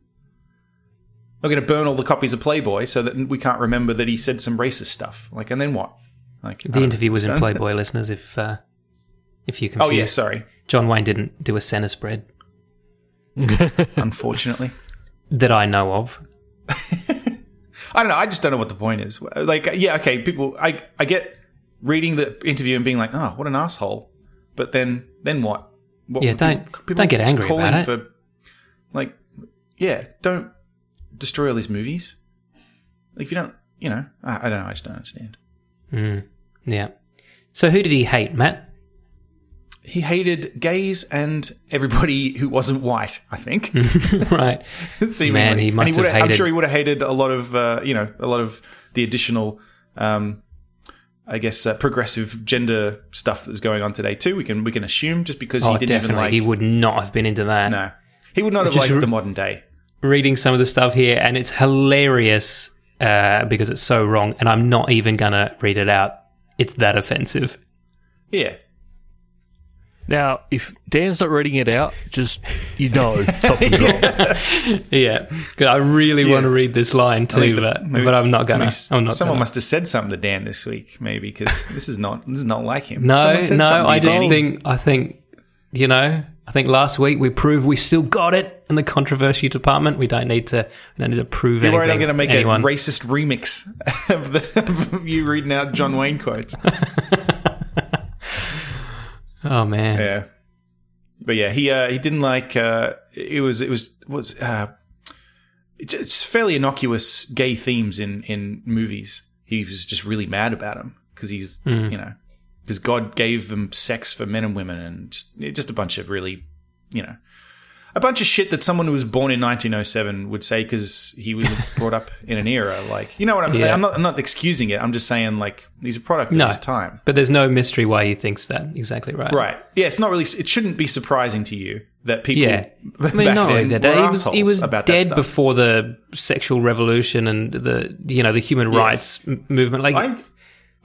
We're going to burn all the copies of Playboy so that we can't remember that he said some racist stuff. Like, and then what? Like, I The don't- interview was in Playboy, listeners. If uh, if you Oh, confused, yeah, sorry. John Wayne didn't do a center spread Unfortunately. that I know of. I don't know. I just don't know what the point is. Like, yeah, okay, people. I I get reading the interview and being like, oh, what an asshole. But then, then what? what Yeah, don't- don't get just angry call about in it. For, like, yeah, don't destroy all these movies. Like, if you don't, you know, I, I don't know. I just don't understand. Yeah. So who did he hate, Matt? He hated gays and everybody who wasn't white. I think. right. seemingly. Man, he And must have would've- I'm hated- sure he would have hated a lot of, uh, you know, a lot of the additional, um, I guess, uh, progressive gender stuff that's going on today too. We can we can assume just because Oh, he didn't definitely. even like. he would not have been into that. no, he would not have is liked re- the modern day. reading some of the stuff here, and it's hilarious uh, because it's so wrong, and I'm not even gonna read it out. It's that offensive. Yeah, Now, if Dan's not reading it out, just you know something's wrong. Yeah, 'Cause I really want to read this line too, but, uh, but I'm not gonna. somebody- I'm not. Someone gonna. must have said something to Dan this week, maybe because this is not this is not like him. no, Someone said something no. to I you, just Danny. think. I think. You know. I think last week we proved we still got it in the controversy department. We don't need to. We don't need to prove Don't worry, anything. I'm going to make anyone. a racist remix of, the, of you reading out John Wayne quotes. oh man. Yeah. But yeah, he uh, he didn't like uh, it was it was was uh, it's- it's fairly innocuous gay themes in in movies. He was just really mad about him because he's Hmm. you know because God gave them sex for men and women and just just a bunch of really you know a bunch of shit that someone who was born in 1907 would say because he was brought up in an era like you know what I'm Yeah. I'm not I'm not excusing it. I'm just saying like he's a product No. of his time. But there's no mystery why he thinks that. Exactly right. Right. Yeah, it's not really. It shouldn't be surprising to you that people. Yeah, I mean, back not only then that, were he was, he assholes was about that dead stuff. before the sexual revolution and the you know the human rights m- movement. Like, I,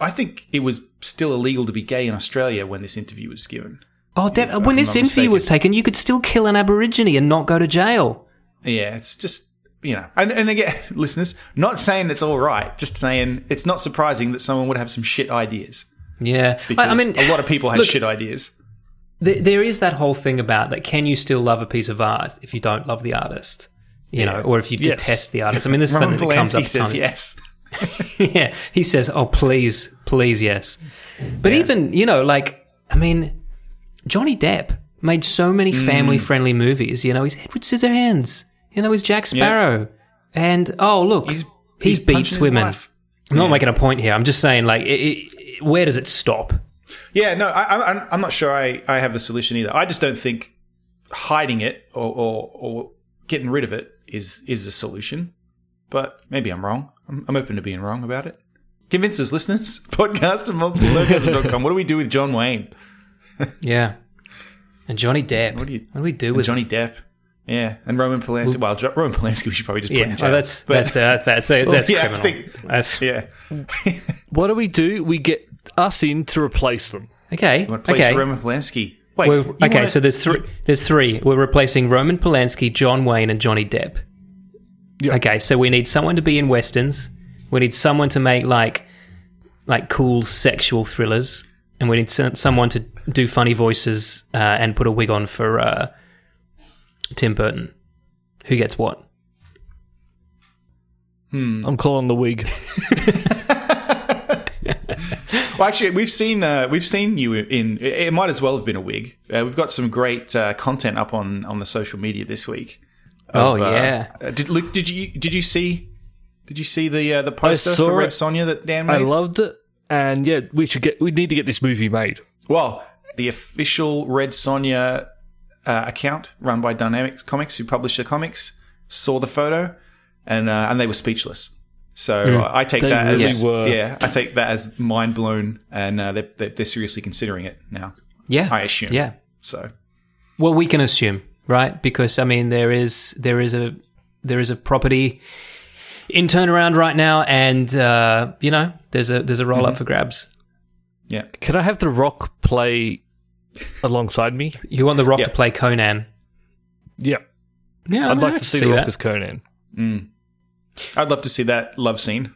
I think it was still illegal to be gay in Australia when this interview was given. oh, def- if when I'm this not interview was taken, you could still kill an Aborigine and not go to jail. Yeah, it's just you know, and, and again, listeners, not saying it's all right, just saying it's not surprising that someone would have some shit ideas. Yeah, I- Because I, mean, a lot of people had look, shit ideas. th- there is that whole thing about that. Can you still love a piece of art if you don't love the artist? You know, or if you Yes. detest the artist. I mean, this is Roman something that comes up. Polanski says time- yes. yeah, he says, "Oh, please, please, yes." But even you know, like I mean, Johnny Depp made so many Mm. family-friendly movies. You know, he's Edward Scissorhands. You know, he's Jack Sparrow. And oh, look, He's- he he's punching beats his women. wife. I'm not making a point here. I'm just saying, like, it, it, it- where does it stop? Yeah, no, I, I, I'm- I'm not sure I, I have the solution either. I just don't think hiding it or, or, or getting rid of it is is a solution. But maybe I'm wrong. I'm, I'm open to being wrong about it. Convince us, listeners. Podcast at multipleorgasm.com. What do we do with John Wayne? Yeah. And Johnny Depp. What do do, you- we do And with Johnny Depp. Yeah. And Roman Polanski. Well, Jo- Roman Polanski, we should probably just put Yeah, in oh, jail. that's But- that's that, that's a, that's yeah, I criminal. think- that's, Yeah. What do we do? We get us in to replace them. Okay, Place okay. Roman Polanski. Wait. We're, you okay, wanna- so there's three. There's three. We're replacing Roman Polanski, John Wayne, and Johnny Depp. Yeah. Okay, so we need someone to be in westerns. We need someone to make like like cool sexual thrillers, and we need some, someone to do funny voices uh, and put a wig on for uh, Tim Burton. Who gets what? Mm. I'm calling the wig. Well, actually, we've seen uh, we've seen you in. It might as well have been a wig. Uh, we've got some great uh, content up on on the social media this week. oh Uh, yeah, uh, did Luke? Did you did you see? Did you see the uh, the poster saw for Red it. Sonja that Dan made? I loved it, and yeah, we should get. We need to get this movie made. well, the official Red Sonja uh, account run by Dynamics Comics, who published the comics, saw the photo, and uh, and they were speechless. So uh, I take Hmm. They that really as were. yeah, I take that as mind blown, and uh, they're, they're they're seriously considering it now. yeah. I assume. Yeah. So Well, we can assume, right? Because I mean, there is there is a there is a property in turnaround right now, and uh, you know, there's a there's a roll up for grabs. yeah. Can I have the Rock play alongside me? You want the Rock Yeah. to play Conan? Yeah, Yeah, I'd like to see, the Rock that. as Conan. I'd love to see that love scene.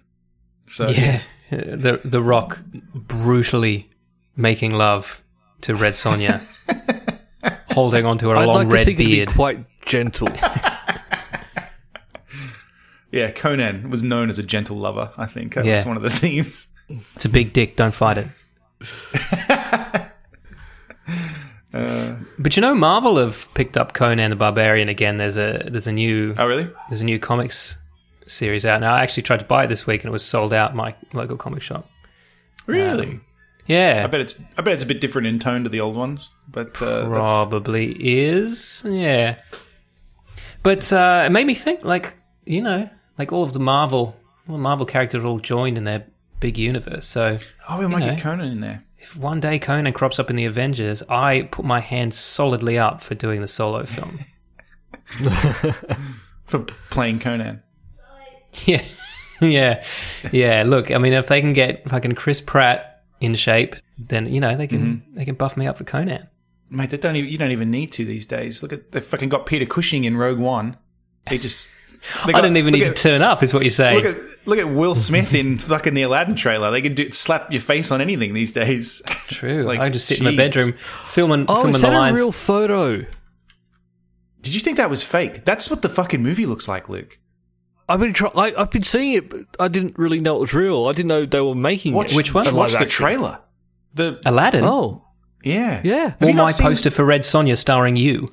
So Yeah, the the Rock brutally making love to Red Sonja, holding onto her I'd long like to red think it'd beard. be quite gentle. yeah, Conan was known as a gentle lover. I think that's Yeah. one of the themes. it's a big dick. Don't fight it. Uh. but you know, Marvel have picked up Conan the Barbarian again. There's a there's a new Oh, really? there's a new comics series out now. I actually tried to buy it this week and it was sold out at my local comic shop. Really? Yeah, Um, I bet it's I bet it's a bit different in tone to the old ones, but uh, that's, probably is. Yeah, but uh, it made me think, like you know, like all of the Marvel, all the Marvel characters all joined in their big universe. So oh, we might you get know. Conan in there. if one day Conan crops up in the Avengers, I put my hand solidly up for doing the solo film. for playing Conan. yeah, yeah, yeah. Look, I mean, if they can get fucking Chris Pratt in shape, then you know they can they can buff me up for Conan. Mate, they don't even, you don't even need to these days. Look at they fucking got Peter Cushing in Rogue One. They just they I didn't even need to turn up, is what you're saying. Look at look at Will Smith in fucking the Aladdin trailer. They could do slap your face on anything these days. True. Like, I can just sit in my Jesus. bedroom filming Oh, filming is the that a lines. real photo? Did you think that was fake? That's what the fucking movie looks like, Luke. I've been try- I, I've been seeing it, but I didn't really know it was real. I didn't know they were making Watch it. Which one? Live Watch the action. trailer. The Aladdin. Oh, yeah, Yeah. Have Or Or you not my seen- poster for Red Sonja starring you.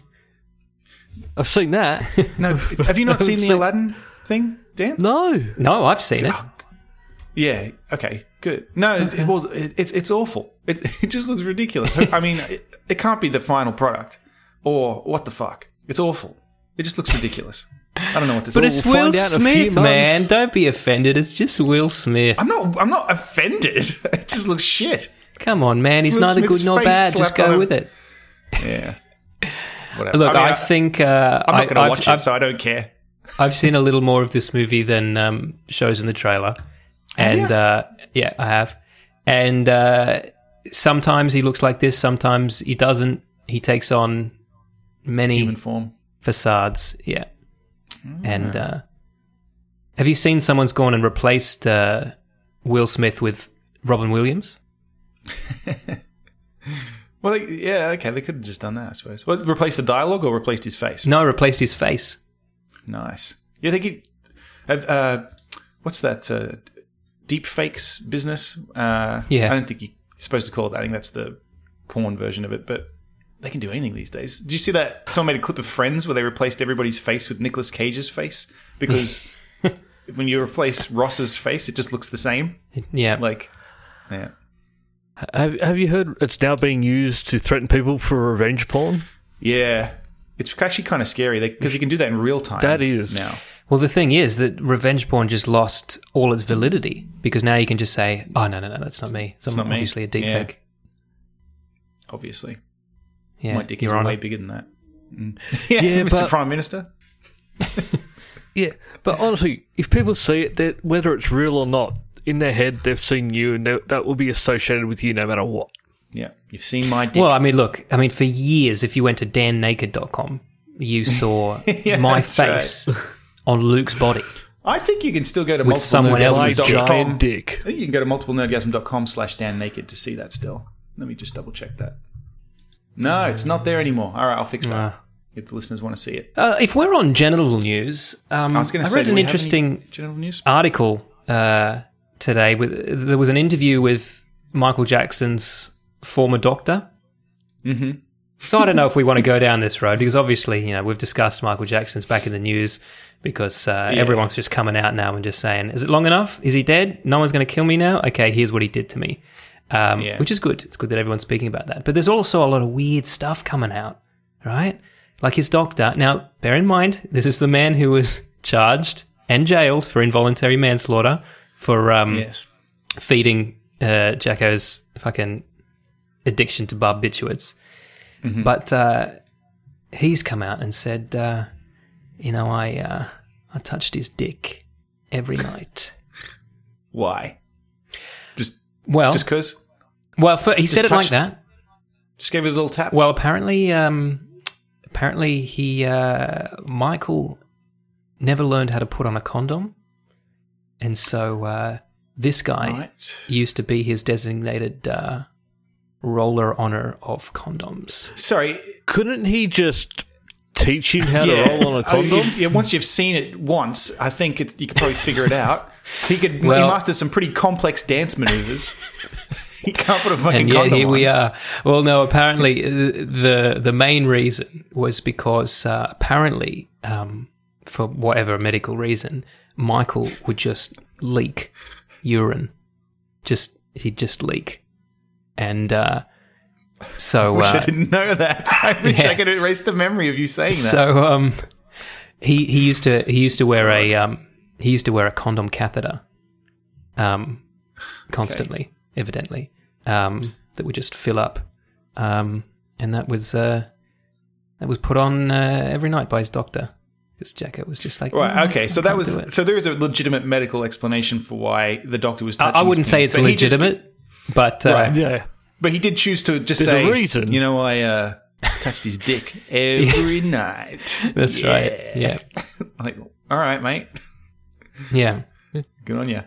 I've seen that. No, have you not seen the Aladdin thing, Dan? no, No, I've seen it. Yeah. Okay. Good. No. It, well, it, it, it's awful. It, it just looks ridiculous. I mean, it, it can't be the final product, or what the fuck? It's awful. It just looks ridiculous. I don't know what to say. But it's we'll Will find out in a few Smith, months. man. Don't be offended. It's just Will Smith. I'm not. I'm not offended. It just looks shit. Come on, man. He's Will neither Smith's good nor face bad. Just slapped on go him. with it. Yeah. Whatever. Look, I, mean, think uh, I'm I, not going to watch it, have so I don't care. I've seen a little more of this movie than um, shows in the trailer, and uh, yeah, I have. And uh, sometimes he looks like this. Sometimes he doesn't. He takes on many Human Mm. form. facades. Yeah. And uh, have you seen someone's gone and replaced uh, Will Smith with Robin Williams? Well, they, yeah, okay, they could have just done that, I suppose. Well, replace the dialogue or replaced his face. No, replaced his face. Nice. Yeah, they could. have, Uh, what's that? Uh, deep fakes business. Uh, Yeah. I don't think you're supposed to call it that. I think that's the porn version of it, but they can do anything these days. Did you see that? Someone made a clip of Friends where they replaced everybody's face with Nicolas Cage's face because when you replace Ross's face, it just looks the same. Yeah. Like, yeah. have have you heard? It's now being used to threaten people for revenge porn. Yeah. It's actually kind of scary because you can do that in real time. That is. now. Well, the thing is that revenge porn just lost all its validity because now you can just say, "Oh no, no, no, that's not me. It's not me. obviously a deep Yeah. fake." obviously. Yeah, My dick is Your Honor. way bigger than that. Mm. yeah, Yeah, Mr. but- Prime Minister. Yeah, but honestly, if people see it, that whether it's real or not, in their head they've seen you, and they- that will be associated with you no matter what. Yeah, you've seen my dick. Well, I mean, look, I mean, for years, if you went to dannaked.com, you saw my that's right. face on Luke's body. I think you can still go to With someone My else's This is multiplenerdgasm.com. giant dick. I think you can go to multiplenerdgasm.com slash Dan Naked to see that still. Let me just double check that. No, it's not there anymore. All right, I'll fix that if the listeners want to see it. Uh, if we're on genital news, um, I I, was going to say, read do an we have any interesting general news. article uh, today. With there was an interview with Michael Jackson's former doctor. Mm-hmm. So I don't know if we want to go down this road because obviously you know we've discussed Michael Jackson's back in the news because uh, everyone's just coming out now and just saying, "Is it long enough? Is he dead? No one's going to kill me now." Okay, here's what he did to me, um, Yeah. which is good. It's good that everyone's speaking about that. But there's also a lot of weird stuff coming out, right? Like his doctor. Now, bear in mind, this is the man who was charged and jailed for involuntary manslaughter for um, Yes. feeding uh, Jacko's fucking addiction to barbiturates. Mm-hmm. But uh, he's come out and said, uh, you know, I uh, I touched his dick every night. Why? Just Well, just because? well, for, he said it like touched- that. Just gave it a little tap? Well, apparently, um, apparently he uh, Michael never learned how to put on a condom, and so uh, this guy right. used to be his designated uh, roller honor of condoms. Sorry. Couldn't he just teach him how yeah. to roll on a Oh, you- condom? yeah, once you've seen it once, I think it's, you could probably figure it out. He could Well- he mastered some pretty complex dance maneuvers. he can't put a fucking And yeah, condom here on. we are. Well, no, apparently uh, the the main reason was because uh, apparently, um, for whatever medical reason, Michael would just leak urine. Just he'd just leak, and uh, so wish I uh, didn't know that. I wish yeah. I could erase the memory of you saying that. so um, he he used to he used to wear a um, he used to wear a condom catheter, um, constantly, evidently, um, that would just fill up, um, and that was uh, that was put on uh, every night by his doctor because Jacko was just like "Mm, I Right. Okay. So that can't do was it." so there is a legitimate medical explanation for why the doctor was. I, Touching I wouldn't his say penis, it's but he just- legitimate, but uh, Right. Yeah. but he did choose to just There's a say, reason. "You know, I uh, touched his dick every night." that's right, yeah, Like, all right, mate. yeah. Good on you.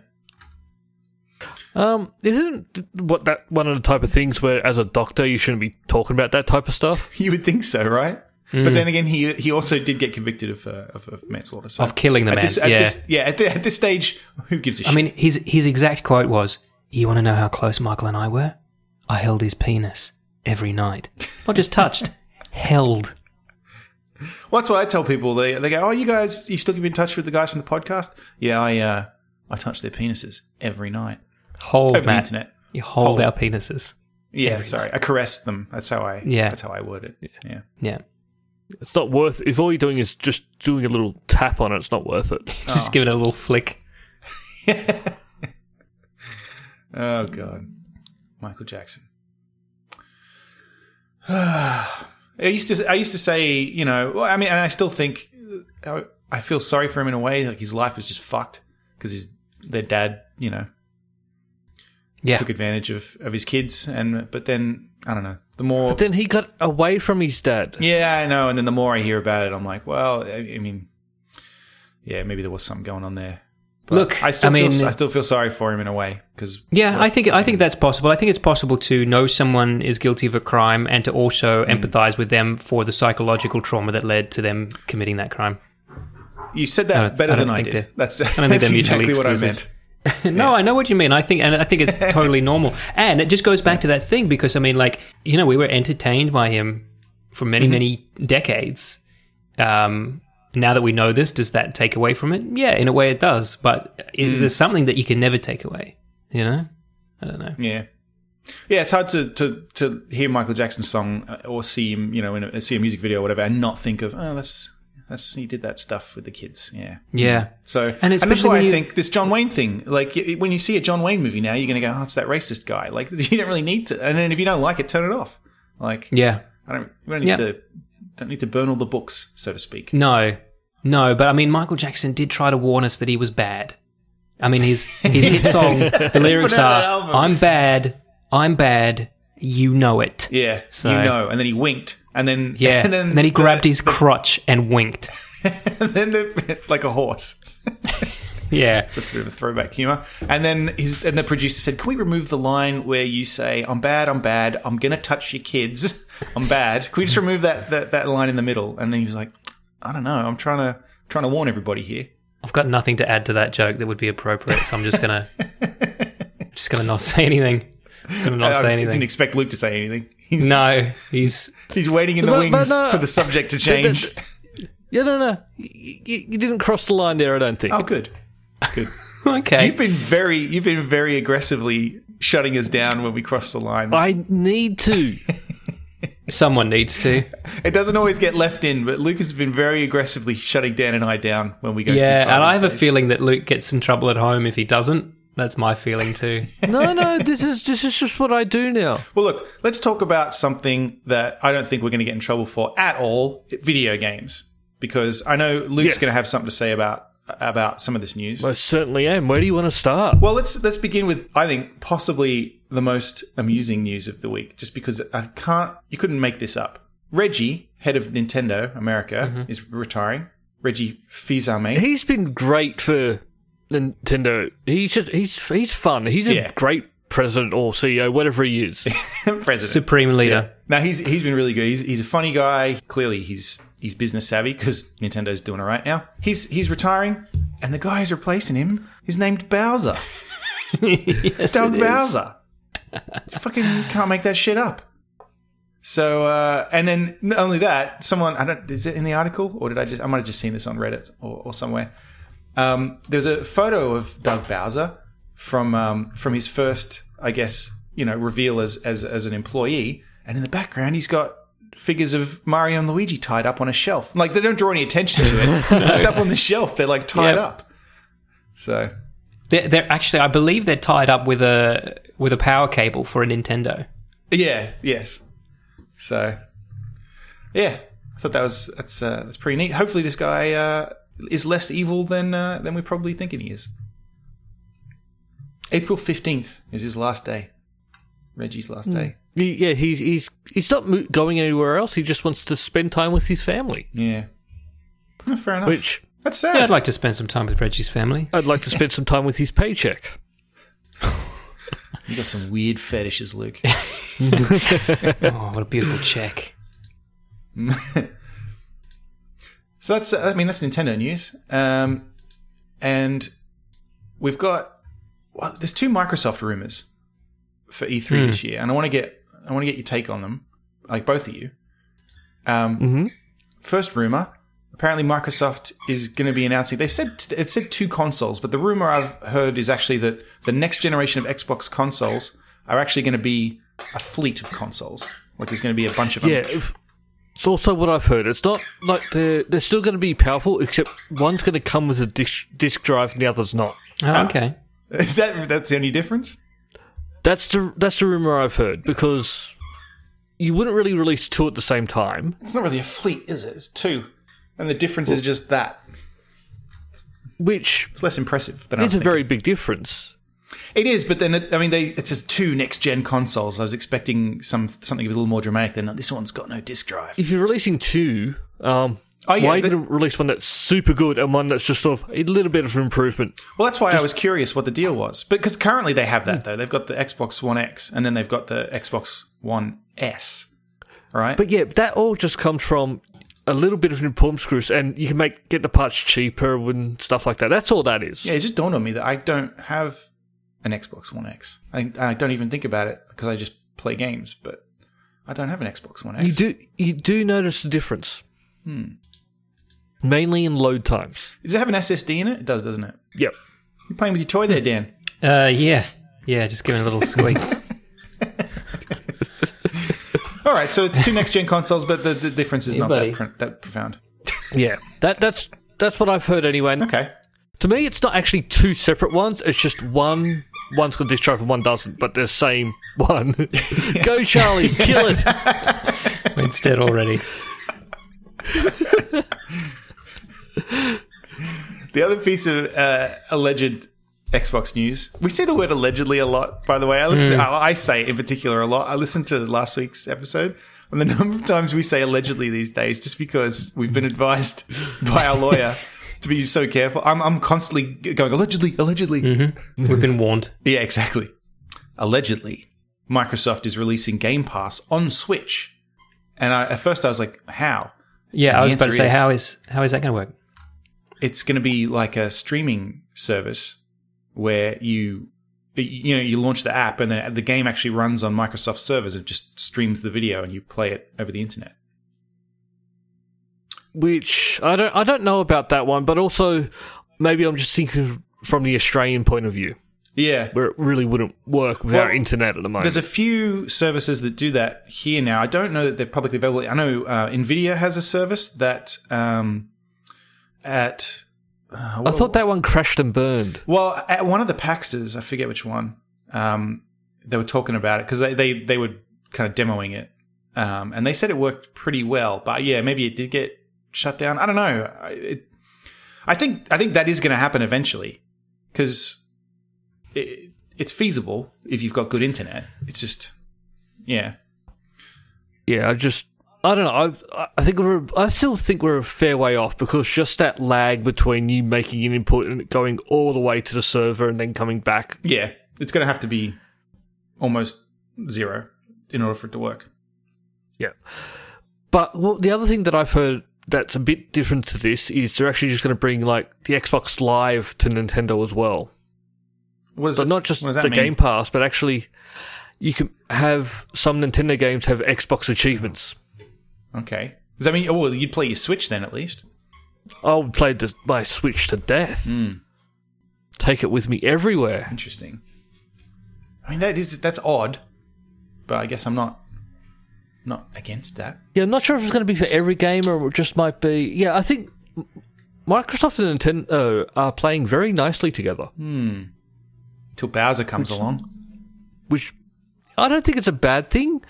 Um, isn't what that one of the type of things where, as a doctor, you shouldn't be talking about that type of stuff? You would think so, right? Mm. But then again, he he also did get convicted of uh, of, of manslaughter, so Of killing the at man, This, at yeah. This, yeah. At, the, at this stage, who gives a I shit? mean, his his exact quote was, "You want to know how close Michael and I were? I held his penis every night, not just touched, held." Well, that's what I tell people. They they go, "Oh, you guys, you still keep in touch with the guys from the podcast?" Yeah, I uh, I touch their penises every night Hold, over the Matt. internet. You hold, our penises. Yeah, sorry, I caress them. That's how I. Yeah. that's how I word it. Yeah, Yeah, It's not worth. If all you're doing is just doing a little tap on it, it's not worth it. just give it a little flick. Oh god, Michael Jackson. I used to I used to say you know well, I mean and I still think I, I feel sorry for him in a way like his life is just fucked because his their dad you know Yeah, took advantage of of his kids and but then I don't know the more But then he got away from his dad. yeah I know and then the more I hear about it I'm like well I, I mean yeah maybe there was something going on there but Look, I still I mean- feel, I still feel sorry for him in a way because yeah. I think I think that's possible. I think it's possible to know someone is guilty of a crime and to Hmm. also empathize with them for the psychological trauma that led to them committing that crime. You said I that don't- better I don't than I think did. they're- That's, don't think that's they're mutually exactly what I meant. exclusive. no, I know what you mean. I think, and I think it's totally normal. And it just goes back to that thing because I mean, like you know, we were entertained by him for many, Mm-hmm. many decades. Um, now that we know this, does that take away from it? Yeah, in a way, it does. But it, Mm. there's something that you can never take away. You know, I don't know. Yeah, yeah. It's hard to, to, to hear Michael Jackson's song uh, or see him, you know, in a, see a music video or whatever, and not think of oh, that's That's, he did that stuff with the kids. Yeah. Yeah. So, And and, that's especially why when I you- think this John Wayne thing, like y- when you see a John Wayne movie now, you're going to go, oh, it's that racist guy. Like, you don't really need to. And then if you don't like it, turn it off. Like, Yeah. I don't, we don't need Yeah. Mm. to, don't need to burn all the books, so to speak. No, no, but I mean, Michael Jackson did try to warn us that he was bad. I mean, his his hit song, the lyrics Put out that are album. "I'm bad, I'm bad, you know it." Yeah. So- you know. And then he winked. And then, Yeah, And then, he the- grabbed his crotch and winked. and then the, like a horse. Yeah, It's a bit of a throwback humor. And then his and the producer said, "Can we remove the line where you say I'm bad, I'm bad, I'm gonna touch your kids, I'm bad? Can we just remove that that, that line in the middle?" And then he was like, "I don't know. I'm trying to trying to warn everybody here." I've got nothing to add to that joke that would be appropriate, so I'm just gonna just gonna not say anything. Gonna not I say didn't anything. expect Luke to say anything. He's No, he's he's waiting in the But- but wings no. for the subject to change. But Yeah, no, no. You, you didn't cross the line there, I don't think. oh, good, good. okay. You've been very you've been very aggressively shutting us down when we cross the lines. I need to. Someone needs to. it doesn't always get left in, but Luke has been very aggressively shutting Dan and I down when we go. too Yeah, far and I these have a days. feeling that Luke gets in trouble at home if he doesn't. That's my feeling too. No, no, this is this is just what I do now. Well, look, let's talk about something that I don't think we're going to get in trouble for at all: video games, because I know Luke's Yes. going to have something to say about about some of this news. I certainly am. Where do you want to start? Well, let's let's begin with I think possibly the most amusing news of the week, just because I can't, you couldn't make this up. Reggie, head of Nintendo America, is retiring. Reggie Fils-Aimé. Mm-hmm. He's been great for Nintendo. He's just he's he's fun. He's a Yeah. great president or CEO, whatever he is. president. Supreme leader. Now he's he's been really good. He's, he's a funny guy. Clearly, he's he's business savvy because Nintendo's doing all right now. He's he's retiring, and the guy who's replacing him is named Bowser. Doug Bowser. Fucking can't make that shit up. So uh, and then not only that, someone I don't is it in the article or did I just I might have just seen this on Reddit or, or somewhere. Um, there's a photo of Doug Bowser from um, from his first, I guess, you know, reveal as, as as an employee, and in the background he's got figures of Mario and Luigi tied up on a shelf. Like they don't draw any attention to it. It's Just up on the shelf, they're like tied Yep. up. So They're, they're actually, I believe they're tied up with a with a power cable for a Nintendo. Yeah. Yes. So, yeah, I thought that was that's uh, that's pretty neat. Hopefully, this guy uh, is less evil than uh, than we probably thinking he is. April fifteenth is his last day. Reggie's last Hmm. day. He- yeah, he's he's he's not mo- going anywhere else. He just wants to spend time with his family, Yeah. Oh, fair enough. which that's Yeah, sad. I'd like to spend some time with Reggie's family. I'd like to spend some time with his paycheck. you got some weird fetishes, Luke. Oh, what a beautiful check. So that's I mean that's Nintendo news, um, and we've got well, there's two Microsoft rumors for E3 this year, and I want to get I want to get your take on them, like both of you. Um, First rumor, apparently Microsoft is going to be announcing. They said it said two consoles, but the rumor I've heard is actually that the next generation of Xbox consoles are actually going to be a fleet of consoles. Like there's going to be a bunch of them. Yeah, if, it's also what I've heard. It's not like they're they're still going to be powerful, except one's going to come with a disc, disc drive and the other's not. Ah. Oh, okay. Is that that's the only difference? That's the that's the rumor I've heard because you wouldn't really release two at the same time. It's not really a fleet, is it? It's two. And the difference is just that. Which It's less impressive than I is was a thinking. very big difference. It is, but then it, I mean, they it says two next gen consoles. I was expecting some something a little more dramatic than that. This one's got no disc drive. If you're releasing two, um, Oh, yeah, why the- didn't release one that's super good and one that's just sort of a little bit of improvement? Well, that's why I was curious what the deal was, because currently they have Hmm. that though. They've got the Xbox One X, and then they've got the Xbox One S. Right? But yeah, that all just comes from a little bit of important screws, and you can make get the parts cheaper and stuff like that. That's all that is. yeah, it just dawned on me that I don't have an Xbox One X. I, I don't even think about it because I just play games, but I don't have an Xbox One X. You do you do notice the difference, Hmm. mainly in load times. Does it have an SSD in it? It does, doesn't it? Yep. You're playing with your toy there, Dan. Uh, yeah, yeah. Just giving a little squeak. All right, so it's two next gen consoles, but the, the difference is not buddy. that, pr- that profound. Yeah, that that's that's what I've heard anyway. And Okay. To me, it's not actually two separate ones. It's just one. One's got distro and one doesn't, but they're the same one. Go, Charlie, kill it. It's dead already. The other piece of uh, alleged Xbox news. We see the word allegedly a lot, by the way. I, listen, I I say it in particular a lot. I listened to last week's episode, and the number of times we say allegedly these days, just because we've been advised by our lawyer to be so careful. I'm, I'm constantly going allegedly, allegedly. We've been warned. Yeah, exactly. Allegedly, Microsoft is releasing Game Pass on Switch. And I, at first, I was like, how? Yeah, The I was about to answer say, is- how is how is that going to work? it's going to be like a streaming service where you you know you launch the app and then the game actually runs on Microsoft servers and just streams the video and you play it over the internet. Which I don't I don't know about that one, but also maybe I'm just thinking from the Australian point of view, Yeah. where it really wouldn't work without Well, internet at the moment. There's a few services that do that here now. I don't know that they're publicly available. I know uh, Nvidia has a service that um, at I thought that one crashed and burned. Well, at one of the Paxes, I forget which one, um, they were talking about it because they, they, they were kind of demoing it. Um, and they said it worked pretty well, but yeah, maybe it did get shut down. I don't know. I, it, I think I think that is going to happen eventually because it, it's feasible if you've got good internet. It's just, yeah, Yeah, I just I don't know. I I think we're I still think we're a fair way off because just that lag between you making an input and it going all the way to the server and then coming back. yeah. It's going to have to be almost zero in order for it to work. Yeah. But well, the other thing that I've heard that's a bit different to this is they're actually just going to bring like the Xbox Live to Nintendo as well. What does- But not just what does the that mean? Game Pass, but actually, you can have some Nintendo games have Xbox achievements. Okay. Does that mean? Oh, well, you'd play your Switch then at least. I played the, my Switch to death. Hmm. Take it with me everywhere. Interesting. I mean, that is that's odd, but I guess I'm not not against that. Yeah, I'm not sure if it's going to be for every game or it just might be. Yeah, I think Microsoft and Nintendo uh, are playing very nicely together. Till Bowser comes along. which I don't think it's a bad thing,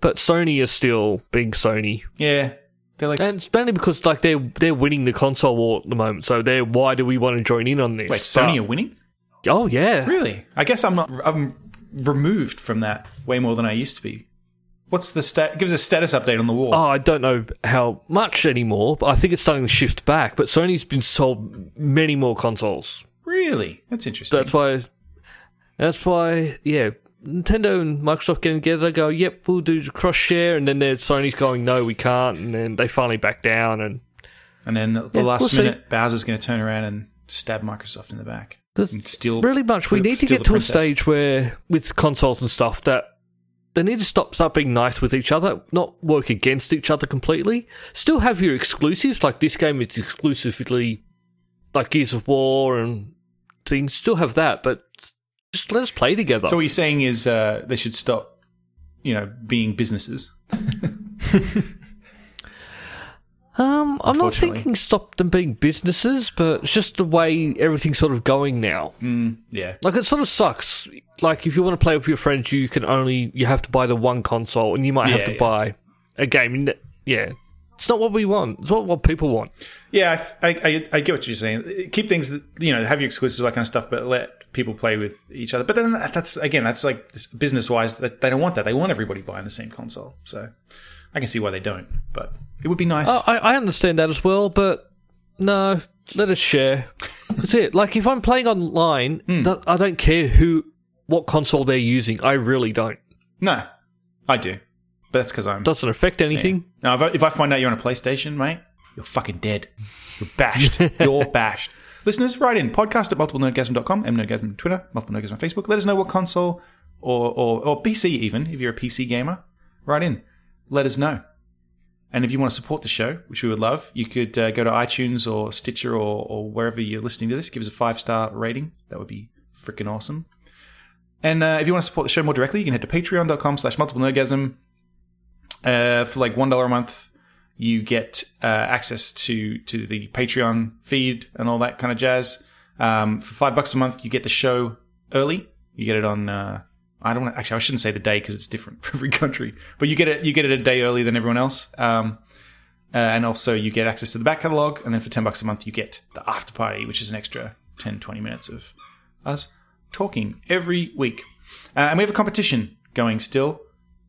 but Sony is still being Sony, Yeah, they're like, and it's mainly because like they're they're winning the console war at the moment, so they're why do we want to join in on this? wait, Sony are But- winning? oh yeah, Really? I guess I'm not. I'm removed from that way more than I used to be. What's the stat? Gives a status update on the wall. Oh, I don't know how much anymore, but I think it's starting to shift back. But Sony's been sold many more consoles. really? That's interesting. That's why. That's why. Yeah. Nintendo and Microsoft getting together, go, yep, we'll do cross share, and then they're- Sony's going, no, we can't, and then they finally back down, and and then the last we'll see. minute, Bowser's going to turn around and stab Microsoft in the back. That's And steal really much. We steal need to the get to a princess. stage where, with consoles and stuff, that they need to stop start being nice with each other, not work against each other completely. Still have your exclusives, like this game is exclusively like Gears of War and things. Still have that, but just let us play together. So what you're saying is uh, they should stop, you know, being businesses. um, I'm not Unfortunately. thinking stop them being businesses, but it's just the way everything's sort of going now. Hmm, Yeah. Like it sort of sucks. Like if you want to play with your friends, you can only you have to buy the one console, and you might have Yeah, to yeah. buy a game. And that- Yeah, it's not what we want. It's not what people want. Yeah, I, I, I get what you're saying. Keep things, that, you know, have your exclusives, that kind of stuff, but let people play with each other. But then that- that's, again, that's like business wise, that they don't want that. They want everybody buying the same console. So I can see why they don't, but it would be nice. I, I I understand that as well, but no, let us share. That's it. Like if I'm playing online, Hmm. that, I don't care who, what console they're using. I really don't. no, I do. But that's because I'm. Doesn't affect anything. Now, if I, if I find out you're on a PlayStation, mate, you're fucking dead. You're bashed. you're bashed. Listeners, write in podcast at multiplenerdgasm.com, mnerdgasm on Twitter, multiple nerdgasm on Facebook. Let us know what console or, or, or PC even, if you're a PC gamer, write in. Let us know. And if you want to support the show, which we would love, you could uh, go to iTunes or Stitcher or, or wherever you're listening to this. Give us a five star rating. That would be freaking awesome. And uh, if you want to support the show more directly, you can head to patreon.com slash multiple nerdgasm uh, for like one dollar a month, you get uh, access to to the Patreon feed and all that kind of jazz. Um, for five bucks a month, you get the show early. You get it on. Uh, I don't wanna, actually. I shouldn't say the day because it's different for every country. But you get it. You get it a day early than everyone else. Um, uh, and also you get access to the back catalog. And then for ten bucks a month, you get the after party, which is an extra 10, 20 minutes of us talking every week. Uh, and we have a competition going still.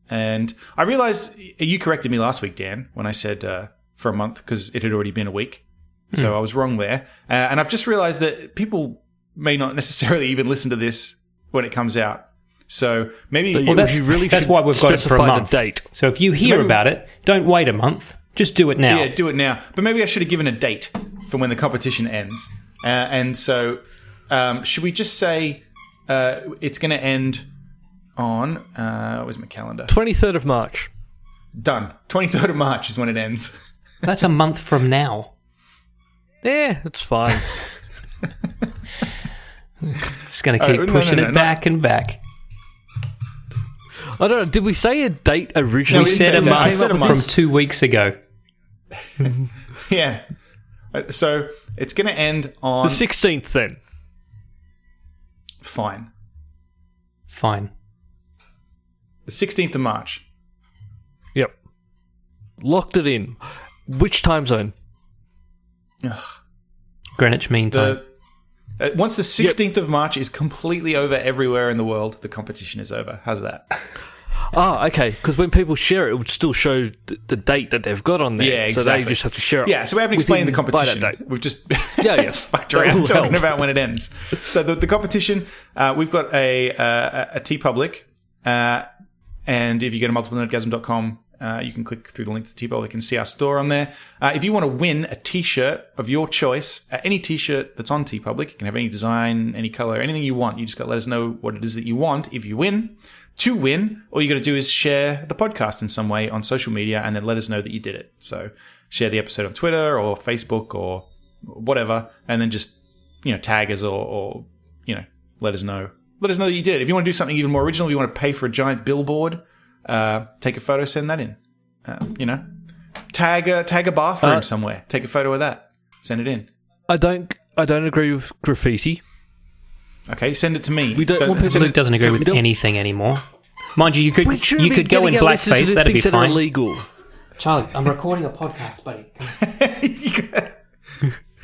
And I realized you corrected me last week, Dan, when I said uh, for a month because it had already been a week. So I was wrong there. Uh, and I've just realized that people may not necessarily even listen to this when it comes out. So maybe But Well, You- that's, you really that's should why we've got it for a specify the month. date. So if you hear maybe- about it, don't wait a month. Just do it now. Yeah, do it now. But maybe I should have given a date for when the competition ends. Uh, and so, um, should we just say uh, it's going to end on? Uh, where's my calendar? 23rd of March. Done. Twenty third of March is when it ends. That's a month from now. Yeah, it's fine. Just going to Oh, keep no, no, pushing no, it no. back and back. I don't know. Did we say a date originally? No, didn't We said say a that. I month said a from month. two weeks ago. yeah. Uh, So it's going to end on the 16th then. fine. Fine. The sixteenth of March. Yep. Locked it in. Which time zone? Greenwich Mean Time. The uh, once the sixteenth of March is completely over everywhere in the world, the competition is over. How's that? Ah, okay. Because when people share it, it would still show th- the date that they've got on there. Yeah, So they exactly. just have to share it. Yeah, so we haven't explained the within- by competition. that date. We've just Yeah, yeah. fucked That around will talking help. about when it ends. So the, the competition, uh, we've got a uh, a T Public, uh, and if you go to multiplenerdgasm.com, uh, you can click through the link to T Public and see our store on there. Uh, if you want to win a T-shirt of your choice, uh, any T-shirt that's on T Public, you can have any design, any color, anything you want. You just got to let us know what it is that you want. If you win. To win, all you got to do is share the podcast in some way on social media, and then let us know that you did it. So share the episode on Twitter or Facebook or whatever, and then just you know tag us or, or you know let us know. Let us know that you did it. If you want to do something even more original, you want to pay for a giant billboard, uh, take a photo, send that in. Uh, you know, tag a tag a bathroom Uh, somewhere, take a photo of that, send it in. I don't. I don't agree with graffiti. Okay, send it to me. We don't But- want people Luke doesn't agree with Don't- anything anymore. Mind you, you could We shouldn't you be could go in getting our listeners to blackface. do That'd be things that are fine. illegal. Charlie, I'm recording a podcast, buddy.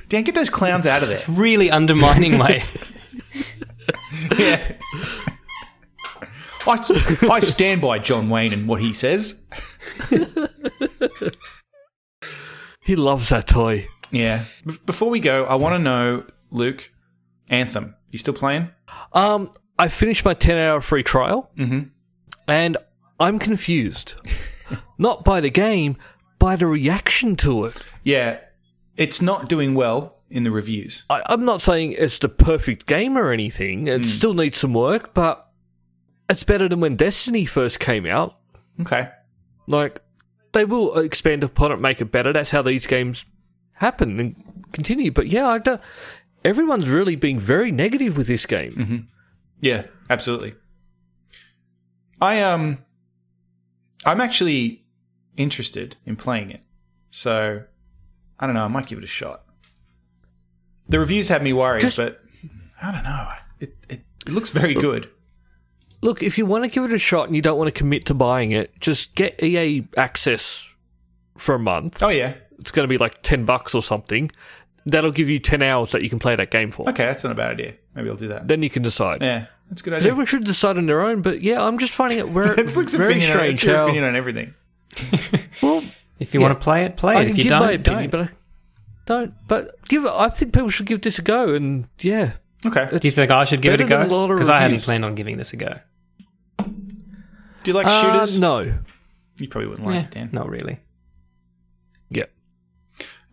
Dan, get those clowns out of there. Really undermining my. I, I stand by John Wayne and what he says. He loves that toy. Yeah. B- before we go, I want to know, Luke, Anthem. You still playing? Um, I finished my ten-hour free trial, and I'm confused. Not by the game, by the reaction to it. Yeah, it's not doing well in the reviews. I, I'm not saying it's the perfect game or anything. It still needs some work, but it's better than when Destiny first came out. Okay. Like, they will expand upon it, make it better. That's how these games happen and continue. But yeah, I don't, everyone's really being very negative with this game. Yeah, absolutely. I um I'm actually interested in playing it. So I don't know, I might give it a shot. The reviews have me worried, Just- but I don't know. It, it it looks very good. Look, if you want to give it a shot and you don't want to commit to buying it, just get EA access for a month. Oh yeah. It's going to be like 10 bucks or something. That'll give you 10 hours that you can play that game for. Okay, that's not a bad idea. Maybe I'll do that. Then you can decide. Yeah, that's a good So idea. Everyone should decide on their own, but yeah, I'm just finding it where It's Luke's very opinion. on- strange. It's your how- opinion on everything. well, If you Yeah. want to play it, play I it. can If you give don't, my opinion, don't. but I don't. But give it. I think people should give this a go, and yeah, Okay. Uh, Do you think I should give it a better than a go? lot of Because I hadn't reviews. planned on giving this a go. Do you like Uh, shooters? no, You probably wouldn't like Yeah, it, Dan. not really. yeah.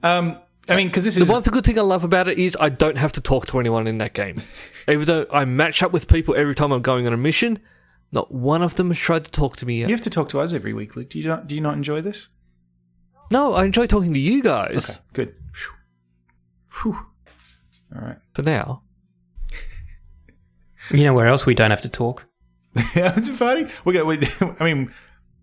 Um, I mean, because this The is one th- good thing I love about it is I don't have to talk to anyone in that game. Even though I match up with people every time I'm going on a mission, not one of them has tried to talk to me yet. you have to talk to us every week, Luke. Do you not? Do you not enjoy this? No, I enjoy talking to you guys Okay, good. Phew. Phew. All right. for now. You know where else we don't have to talk? it's a party. We got. We, I mean,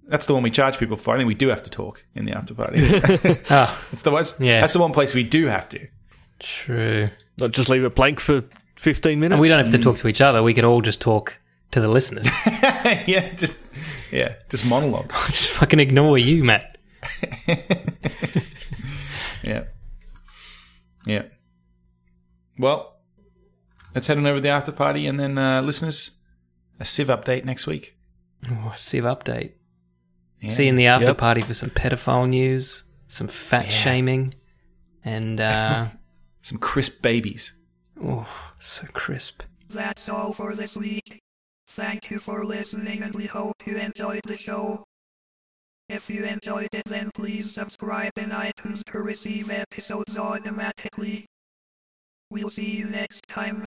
That's the one we charge people for. I think we do have to talk in the after party. it's the one, it's- Yeah. That's the one place we do have to. True. Not just leave it blank for 15 minutes. And we don't have to talk to each other. We could all just talk to the listeners. yeah, just yeah, just monologue. just fucking ignore you, Matt. Yeah, yeah. Well, let's head on over to the after party, and then uh, listeners, a Civ update next week. Oh, Civ update. Yeah. See you in the after Yep. party for some pedophile news, some fat shaming, and uh, some crisp babies. oh, so crisp. That's all for this week. Thank you for listening and we hope you enjoyed the show. If you enjoyed it then please subscribe in iTunes to receive episodes automatically. We'll see you next time.